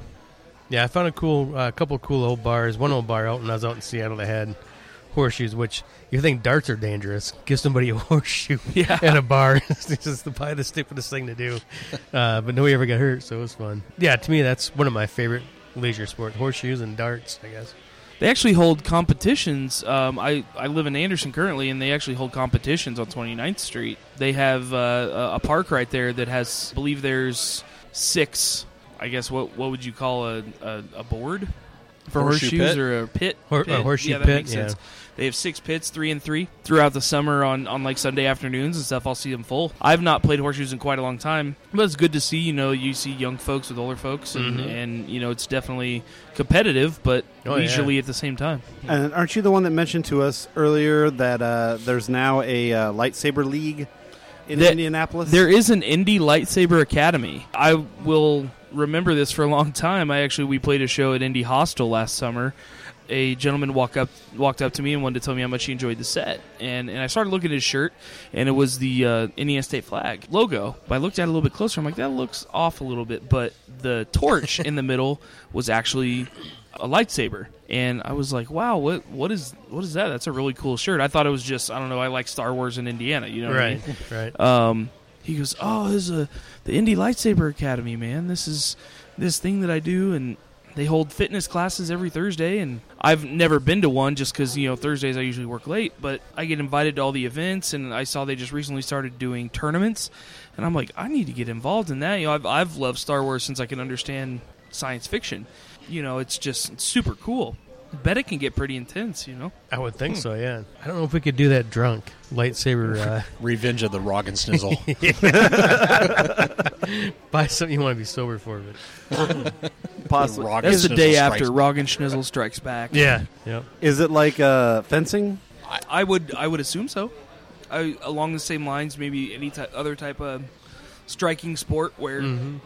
Speaker 2: Yeah, I found a cool, uh, couple cool old bars. One old bar out when I was out in Seattle that had horseshoes, which you think darts are dangerous. Give somebody a horseshoe
Speaker 5: Yeah.
Speaker 2: at a bar. it's just the probably the stupidest thing to do. Uh, but nobody ever got hurt, so it was fun. Yeah, to me, that's one of my favorite leisure sports horseshoes and darts, I guess.
Speaker 5: They actually hold competitions. Um, I, I live in Anderson currently, and they actually hold competitions on 29th Street. They have uh, a- a park right there that has, I believe there's six, I guess, what what would you call a, a, a board? For
Speaker 4: Horseshoe
Speaker 5: horseshoes
Speaker 4: pit?
Speaker 5: or a pit?
Speaker 2: Hor- a
Speaker 5: pit?
Speaker 2: horseshoe
Speaker 5: yeah, that
Speaker 2: pit,
Speaker 5: Makes
Speaker 2: yeah.
Speaker 5: sense. They have six pits, three and three. Throughout the summer on, on like Sunday afternoons and stuff, I'll see them full. I've not played horseshoes in quite a long time, but it's good to see, you know, you see young folks with older folks, and,
Speaker 2: Mm-hmm.
Speaker 5: and you know, it's definitely competitive, but
Speaker 2: Oh, yeah.
Speaker 5: leisurely at the same time.
Speaker 3: And aren't you the one that mentioned to us earlier that uh, there's now a uh, lightsaber league in
Speaker 5: That-
Speaker 3: Indianapolis?
Speaker 5: There is an indie lightsaber academy. I will remember this for a long time. I actually we played a show at Indie Hostel last summer, a gentleman walk up walked up to me and wanted to tell me how much he enjoyed the set, and and I started looking at his shirt, and it was the uh, NES state flag logo. But I looked at it a little bit closer. I'm like, that looks off a little bit, but the torch in the middle was actually a lightsaber. And I was like, "Wow, what what is what is that? That's a really cool shirt." I thought it was just I don't know. I like Star Wars and Indiana, you know. what I mean?
Speaker 2: Right, right.
Speaker 5: um, he goes, "Oh, this is a, the Indy Lightsaber Academy, man. This is this thing that I do, and they hold fitness classes every Thursday. And I've never been to one just because you know Thursdays I usually work late, but I get invited to all the events. And I saw they just recently started doing tournaments, and I'm like, I need to get involved in that. You know, I've I've loved Star Wars since I can understand science fiction. You know, it's just super cool. Bet it can get pretty intense, you know.
Speaker 2: I would think so. Yeah. I don't know if we could do that drunk lightsaber. Uh,
Speaker 4: Revenge of the Rock and Snizzle.
Speaker 2: buy something you want to be sober for, but
Speaker 3: Possibly.
Speaker 4: Rock
Speaker 5: That's the
Speaker 4: and
Speaker 5: day
Speaker 4: Snizzle
Speaker 5: after
Speaker 4: strikes-
Speaker 5: Rogan Schnizzle strikes back.
Speaker 2: yeah, yep.
Speaker 3: Is it like uh, fencing?
Speaker 5: I would I would assume so. I, along the same lines, maybe any ty- other type of striking sport where you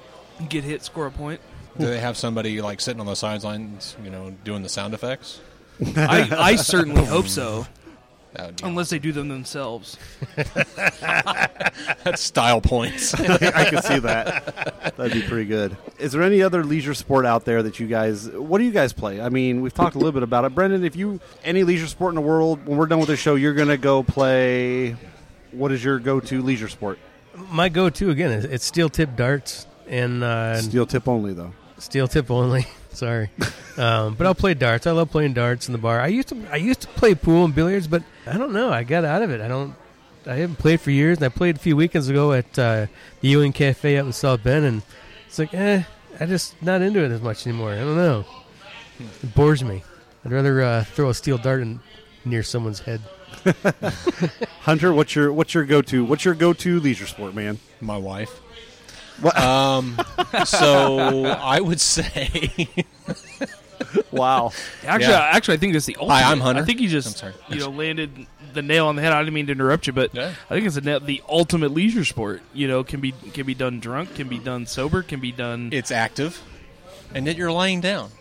Speaker 5: get hit, score a point.
Speaker 4: Do they have somebody like sitting on the sidelines, you know, doing the sound effects?
Speaker 5: I, I certainly hope so,
Speaker 4: That would be
Speaker 5: unless they do them themselves.
Speaker 4: that's style points.
Speaker 3: I could see that. That'd be pretty good. Is there any other leisure sport out there that you guys? What do you guys play? I mean, we've talked a little bit about it. Brendan, if you any leisure sport in the world, when we're done with the show, you're gonna go play. What is your go-to leisure sport?
Speaker 2: My go-to again is it's steel tip darts and uh,
Speaker 3: Steel tip only, though.
Speaker 2: Steel tip only. Sorry, um, but I'll play darts. I love playing darts in the bar. I used to I used to play pool and billiards, but I don't know. I got out of it. I don't. I haven't played for years. And I played a few weekends ago at uh, the Ewing Cafe up in South Bend, and it's like, eh, I just not into it as much anymore. I don't know. It bores me. I'd rather uh, throw a steel dart in, near someone's head.
Speaker 3: Hunter, what's your what's your go-to? What's your go-to leisure sport, man?
Speaker 4: My wife.
Speaker 3: What?
Speaker 4: Um, so I would say
Speaker 3: wow.
Speaker 5: Actually,
Speaker 4: Yeah.
Speaker 5: actually, I think that's the ultimate.
Speaker 4: I'm Hunter.
Speaker 5: I think you just
Speaker 4: I'm sorry.
Speaker 5: you know landed the nail on the head. I didn't mean to interrupt you, but
Speaker 4: Yeah.
Speaker 5: I think it's the na- the ultimate leisure sport. You know, can be can be done drunk, can be done sober, can be done.
Speaker 4: it's active, and yet you're lying down.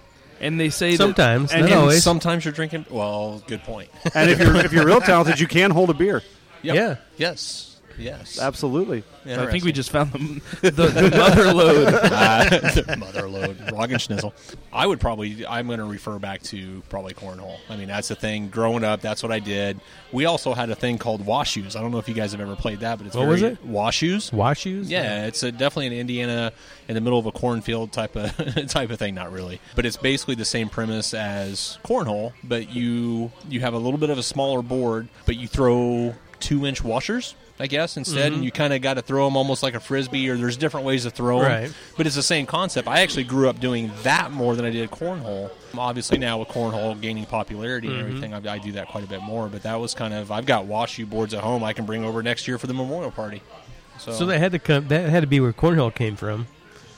Speaker 5: and they say that-
Speaker 2: Sometimes,
Speaker 5: and
Speaker 2: not
Speaker 5: it's-
Speaker 2: always.
Speaker 4: Sometimes you're drinking. Well, good point.
Speaker 3: And if you're if you're real talented, you can hold a beer.
Speaker 4: Yep.
Speaker 2: Yeah.
Speaker 4: Yes. Yes.
Speaker 3: Absolutely.
Speaker 5: I think we just found the, the, the mother load.
Speaker 4: uh, mother load, Rog and Schnizzle. I would probably, I'm going to refer back to probably cornhole. I mean, that's the thing. Growing up, that's what I did. We also had a thing called washoes. I don't know if you guys have ever played that, but it's
Speaker 2: What
Speaker 4: very,
Speaker 2: was it?
Speaker 4: washoes.
Speaker 2: Wash shoes.
Speaker 4: Yeah, it's a, definitely an Indiana in the middle of a cornfield type of type of thing. Not really, but it's basically the same premise as cornhole. But you you have a little bit of a smaller board, but you throw two inch washers, I guess, instead,
Speaker 2: Mm-hmm.
Speaker 4: and you kind of got to throw them almost like a frisbee. Or there's different ways to throw them,
Speaker 2: Right.
Speaker 4: but it's the same concept. I actually grew up doing that more than I did cornhole. Obviously, now with cornhole gaining popularity
Speaker 2: Mm-hmm.
Speaker 4: and everything, I, I do that quite a bit more. But that was kind of I've got washoe boards at home. I can bring over next year for the memorial party.
Speaker 2: So that had to come. That had to be where cornhole came from.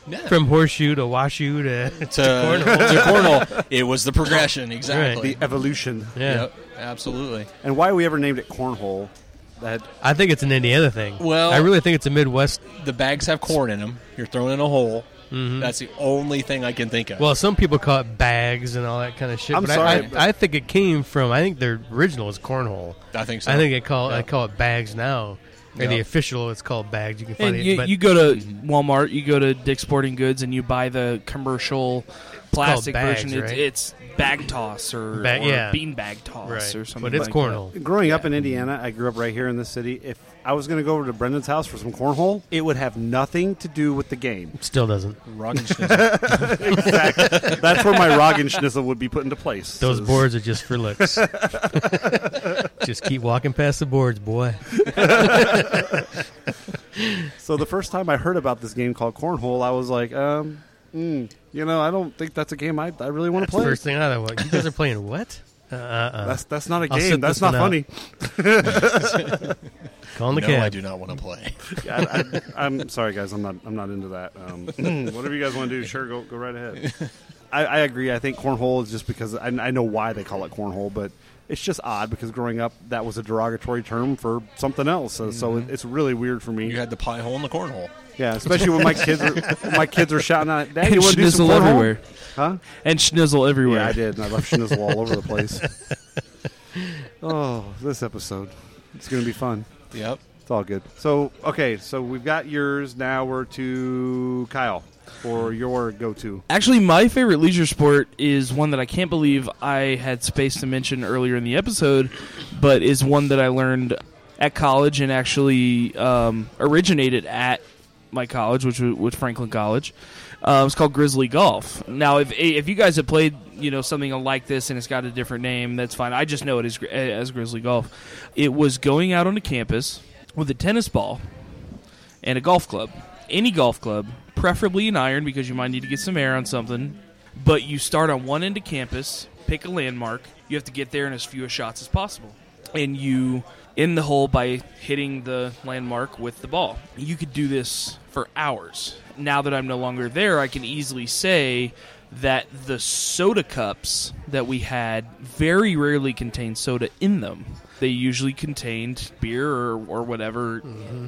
Speaker 4: Yeah.
Speaker 2: From horseshoe to washoe to,
Speaker 4: to, to cornhole. It was the progression, exactly.
Speaker 3: The evolution
Speaker 2: yeah.
Speaker 4: Yep, absolutely.
Speaker 3: and why we ever named it cornhole. That
Speaker 2: I think it's an Indiana thing.
Speaker 4: Well-
Speaker 2: I really think it's a Midwest.
Speaker 4: The bags have corn in them. You're thrown in a hole. That's the only thing I can think of.
Speaker 2: Well, some people call it bags and all that kind of shit.
Speaker 3: I'm
Speaker 2: but I-
Speaker 3: sorry,
Speaker 2: I,
Speaker 3: but-
Speaker 2: I, think it came from. I think their original is cornhole.
Speaker 4: I think so.
Speaker 2: I think they call
Speaker 4: Yeah.
Speaker 2: I call it bags now. Or
Speaker 4: Yeah.
Speaker 2: the official, it's called bags. You can find
Speaker 5: And
Speaker 2: it.
Speaker 5: you,
Speaker 2: but
Speaker 5: you go to Walmart, you go to Dick's Sporting Goods, and you buy the commercial plastic
Speaker 2: Oh, bags,
Speaker 5: version. It's,
Speaker 2: right?
Speaker 5: it's bag toss or,
Speaker 2: Ba-
Speaker 5: or
Speaker 2: yeah.
Speaker 5: beanbag toss
Speaker 2: right.
Speaker 5: or something.
Speaker 2: but it's
Speaker 5: like
Speaker 2: cornhole.
Speaker 3: growing up in Indiana, I grew up right here in this city. If I was going to go over to Brendan's house for some cornhole, it would have nothing to do with the game.
Speaker 2: Still doesn't.
Speaker 4: Rock and schnitzel.
Speaker 3: That's where my Rogan Schnitzel would be put into place.
Speaker 2: Those
Speaker 3: Is-
Speaker 2: boards are just for looks. just keep walking past the boards, boy.
Speaker 3: So the first time I heard about this game called cornhole, I was like, um, mm, you know, I don't think that's a game I, I really want to play.
Speaker 2: First thing I thought, you guys are playing what? Uh, uh, uh.
Speaker 3: that's that's not a
Speaker 2: I'll
Speaker 3: game.
Speaker 2: sit
Speaker 3: That's
Speaker 2: this
Speaker 3: not
Speaker 2: one out.
Speaker 3: funny.
Speaker 2: Calling the
Speaker 4: no,
Speaker 2: cab.
Speaker 4: I do not want to play.
Speaker 3: I, I, I'm sorry, guys. I'm not I'm not into that. Um, whatever you guys want to do, sure, go go right ahead. I, I agree. I think cornhole is just because I, I know why they call it cornhole, but it's just odd because growing up that was a derogatory term for something else. So, so
Speaker 5: Mm-hmm.
Speaker 3: it, it's really weird for me.
Speaker 4: You had the pie hole in the cornhole.
Speaker 3: yeah, especially when my kids are my kids are shouting out, "Dad, you
Speaker 5: and
Speaker 3: want to do some
Speaker 5: schnizzle
Speaker 3: cornhole?"
Speaker 5: everywhere.
Speaker 3: Huh?
Speaker 5: And schnizzle everywhere.
Speaker 3: Yeah, I did. And I left schnizzle all over the place. Oh, this episode. It's going to be fun.
Speaker 4: Yep.
Speaker 3: It's all good. So, okay, so we've got yours. Now we're to Kyle for your go to.
Speaker 5: Actually, my favorite leisure sport is one that I can't believe I had space to mention earlier in the episode, but is one that I learned at college and actually um, originated at my college, which was, was Franklin College. Uh, it's called Grizzly Golf. Now, if if you guys have played, you know, something like this and it's got a different name, that's fine. I just know it as, gri- as Grizzly Golf. It was going out onto campus with a tennis ball and a golf club. Any golf club, preferably an iron because you might need to get some air on something. But you start on one end of campus, pick a landmark. You have to get there in as few shots as possible. And you end the hole by hitting the landmark with the ball. You could do this for hours. Now that I'm no longer there, I can easily say that the soda cups that we had very rarely contained soda in them. They usually contained beer or, or whatever,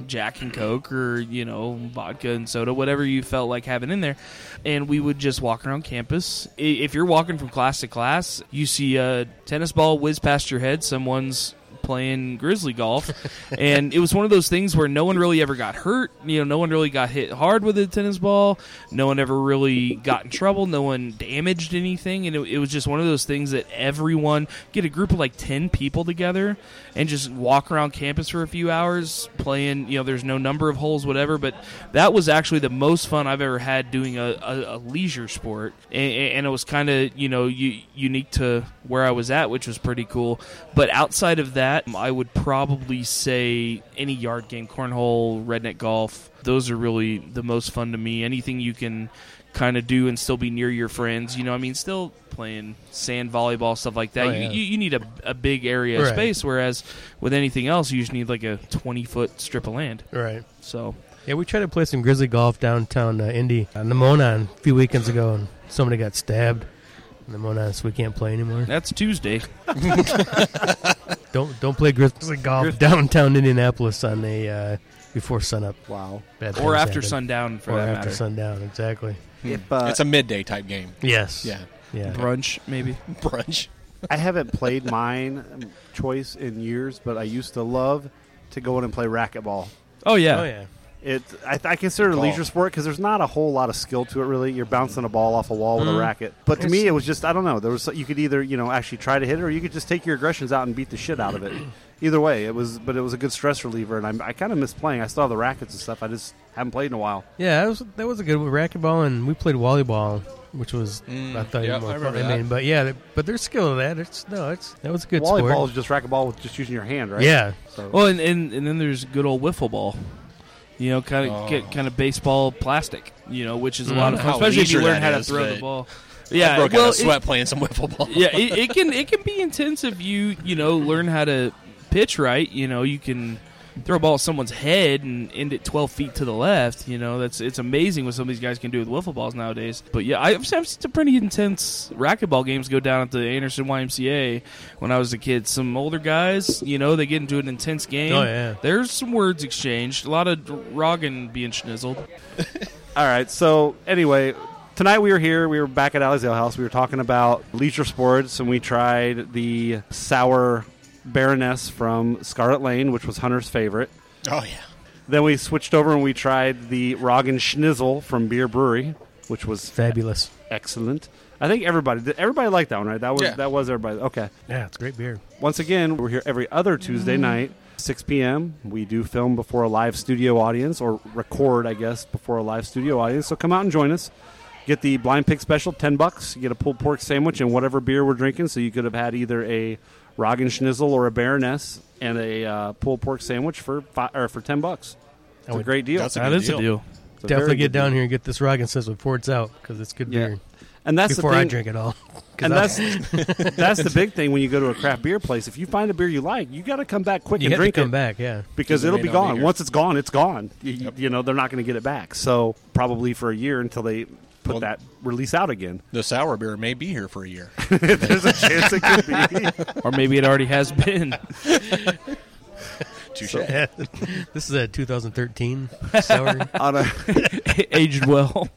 Speaker 5: Jack and Coke or, you know, vodka and soda, whatever you felt like having in there. And we would just walk around campus. I- If you're walking from class to class, you see a tennis ball whiz past your head, someone's playing grizzly golf and it was one of those things where no one really ever got hurt you know no one really got hit hard with a tennis ball no one ever really got in trouble no one damaged anything and it, it was just one of those things that everyone get a group of like 10 people together and just walk around campus for a few hours playing you know there's no number of holes whatever but that was actually the most fun i've ever had doing a, a, a leisure sport and, and it was kind of you know u- unique to where i was at which was pretty cool but outside of that i would probably say any yard game cornhole redneck golf those are really the most fun to me anything you can kind of do and still be near your friends you know i mean still playing sand volleyball stuff like that
Speaker 2: Oh,
Speaker 5: you,
Speaker 2: yeah.
Speaker 5: you, you need a, a big area of
Speaker 2: Right.
Speaker 5: space whereas with anything else you just need like a 20 foot strip of land
Speaker 2: Right.
Speaker 5: so
Speaker 2: Yeah, we tried to play some grizzly golf downtown uh, Indy on the Monon a few weekends ago, and somebody got stabbed. in The Monon, so we can't play anymore.
Speaker 5: that's tuesday
Speaker 2: Don't don't play grizzly golf downtown Indianapolis on a uh, before sunup.
Speaker 3: Wow.
Speaker 2: Bad
Speaker 5: or
Speaker 2: things
Speaker 5: after
Speaker 2: happen.
Speaker 5: sundown for
Speaker 2: or
Speaker 5: that
Speaker 2: after
Speaker 5: matter.
Speaker 2: sundown, exactly.
Speaker 3: If, uh,
Speaker 4: it's a midday type game.
Speaker 2: Yes.
Speaker 4: Yeah.
Speaker 2: Yeah.
Speaker 5: Brunch, maybe.
Speaker 4: Brunch.
Speaker 3: I haven't played mine um, choice in years, but I used to love to go in and play racquetball.
Speaker 5: Oh yeah.
Speaker 2: Oh yeah.
Speaker 3: It I, I consider it a
Speaker 4: Ball.
Speaker 3: leisure sport because there's not a whole lot of skill to it really. You're bouncing a ball off a wall with a racket, but to me it was just I don't know. There was you could either you know actually try to hit it or you could just take your aggressions out and beat the shit out of it. Either way, it was but it was a good stress reliever, and I, I kind of miss playing. I still have the rackets and stuff. I just haven't played in a while.
Speaker 2: Yeah, that was that was a good one. racquetball, and we played volleyball, which was
Speaker 4: Mm,
Speaker 2: I thought
Speaker 4: yeah,
Speaker 2: even more
Speaker 4: I
Speaker 2: fun.
Speaker 4: remember
Speaker 2: I mean,
Speaker 4: that.
Speaker 2: but yeah, th- but there's skill to that. It's no, it's that was a good
Speaker 3: Volleyball
Speaker 2: sport.
Speaker 3: is just racquetball with just using your hand, right?
Speaker 2: Yeah,
Speaker 3: So,
Speaker 5: Well, and, and and then there's good old wiffle ball. You know, kind of
Speaker 4: Oh.
Speaker 5: get kind of baseball plastic. You know, which is a lot of
Speaker 4: Mhm.
Speaker 5: fun,
Speaker 4: How
Speaker 5: especially if you
Speaker 4: leisure
Speaker 5: learn
Speaker 4: that
Speaker 5: how to
Speaker 4: is,
Speaker 5: throw the
Speaker 4: but
Speaker 5: ball.
Speaker 4: I
Speaker 5: Yeah,
Speaker 4: broke
Speaker 5: well,
Speaker 4: out of
Speaker 5: it-
Speaker 4: sweat playing some wiffle ball.
Speaker 5: yeah, it, it can it can be intense if you you know learn how to pitch right. You know, you can throw a ball at someone's head and end it twelve feet to the left. You know, that's it's amazing what some of these guys can do with wiffle balls nowadays. But yeah, I- I've seen I've seen some pretty intense racquetball games go down at the Anderson YMCA when I was a kid. Some older guys, you know, they get into an intense game.
Speaker 2: Oh, yeah.
Speaker 5: there's some words exchanged, a lot of Rogan being schnizzled.
Speaker 3: All right. So anyway, tonight we were here. We were back at Alley's Ale House. We were talking about leisure sports, and we tried the sour Baroness from Scarlet Lane, which was Hunter's favorite.
Speaker 4: Oh yeah.
Speaker 3: Then we switched over and we tried the Roggen Schnitzel from Beer Brewery, which was
Speaker 2: fabulous.
Speaker 3: excellent. I think everybody did everybody liked that one, right? That was
Speaker 4: Yeah.
Speaker 3: that was everybody. Okay.
Speaker 2: Yeah, it's great beer.
Speaker 3: Once again, we're here every other Tuesday night, 6 p.m. We do film before a live studio audience, or record, I guess, before a live studio audience. So come out and join us. Get the blind pig special, 10 bucks. You get a pulled pork sandwich and whatever beer we're drinking. So you could have had either a Roggen Schnitzel or a Baroness and a uh, pulled pork sandwich for five, or for 10 bucks. It's a
Speaker 2: would-
Speaker 3: great deal.
Speaker 4: That's a
Speaker 5: That
Speaker 4: good
Speaker 5: is a deal.
Speaker 3: It's a
Speaker 2: Definitely
Speaker 3: very
Speaker 2: get
Speaker 3: good
Speaker 2: down
Speaker 3: deal.
Speaker 2: here and get this Roggen Sizzle before it's out because it's good
Speaker 3: Yeah.
Speaker 2: beer.
Speaker 3: And that's
Speaker 2: before
Speaker 3: the
Speaker 2: I
Speaker 3: thing.
Speaker 2: drink it all. 'Cause
Speaker 3: And
Speaker 2: I'll-
Speaker 3: that's that's the big thing when you go to a craft beer place. If you find a beer you like, you got to come back quick
Speaker 2: you
Speaker 3: and
Speaker 2: have to
Speaker 3: drink
Speaker 2: come
Speaker 3: it.
Speaker 2: back. Yeah,
Speaker 3: because
Speaker 4: They
Speaker 3: it'll
Speaker 4: may
Speaker 3: be
Speaker 4: not be
Speaker 3: gone.
Speaker 4: here.
Speaker 3: Once it's gone, it's gone. You,
Speaker 4: Yep.
Speaker 3: you know, they're not going to get it back. So probably for a year until they put
Speaker 4: Well-
Speaker 3: that release out again.
Speaker 4: The sour beer may be here for a year.
Speaker 7: There's a chance it could be.
Speaker 5: or maybe it already has been.
Speaker 4: Touche.
Speaker 2: this is a 2013 sour.
Speaker 3: On a,
Speaker 5: Aged well.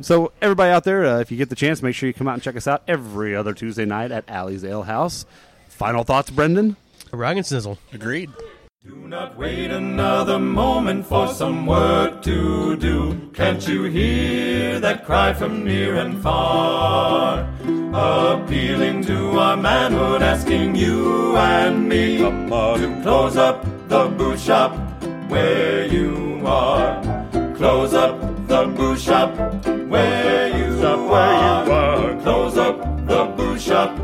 Speaker 3: so everybody out there, uh, if you get the chance, make sure you come out and check us out every other Tuesday night at Alley's Ale House. Final thoughts, Brendan?
Speaker 2: Rock and sizzle.
Speaker 4: Agreed.
Speaker 8: Do not wait another moment for some work to do. Can't you hear that cry from near and far? Appealing to our manhood, asking you and me to close up the boot shop where you are. Close up the boot shop where you are. Close up the boot shop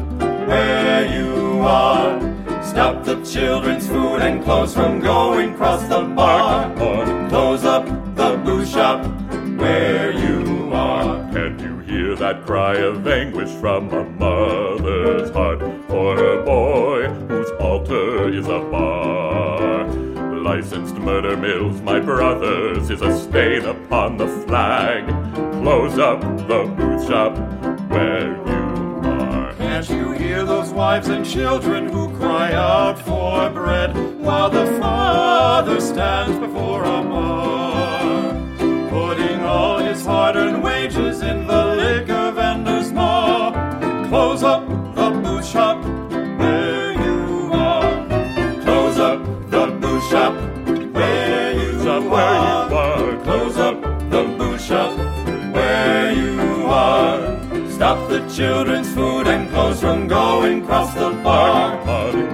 Speaker 8: where you are. Stop the children's food and clothes from going across the bar. Close up the boot shop where you are. Can you hear that cry of anguish from a mother's heart for her boy whose altar is a bar? Licensed murder mills, my brothers, is a stain upon the flag. Close up the boot shop where you are. Can't you hear those wives and children who cry out for bread while the father stands before a bar? Putting all his hard earned wages in the liquor vendor's maw. Close up the boot shop where you are. Close up the boot shop where you are. Close up the boot shop where you are. Stop the children's food and clothes from going across the bar.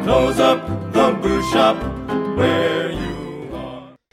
Speaker 8: Close up the boot shop where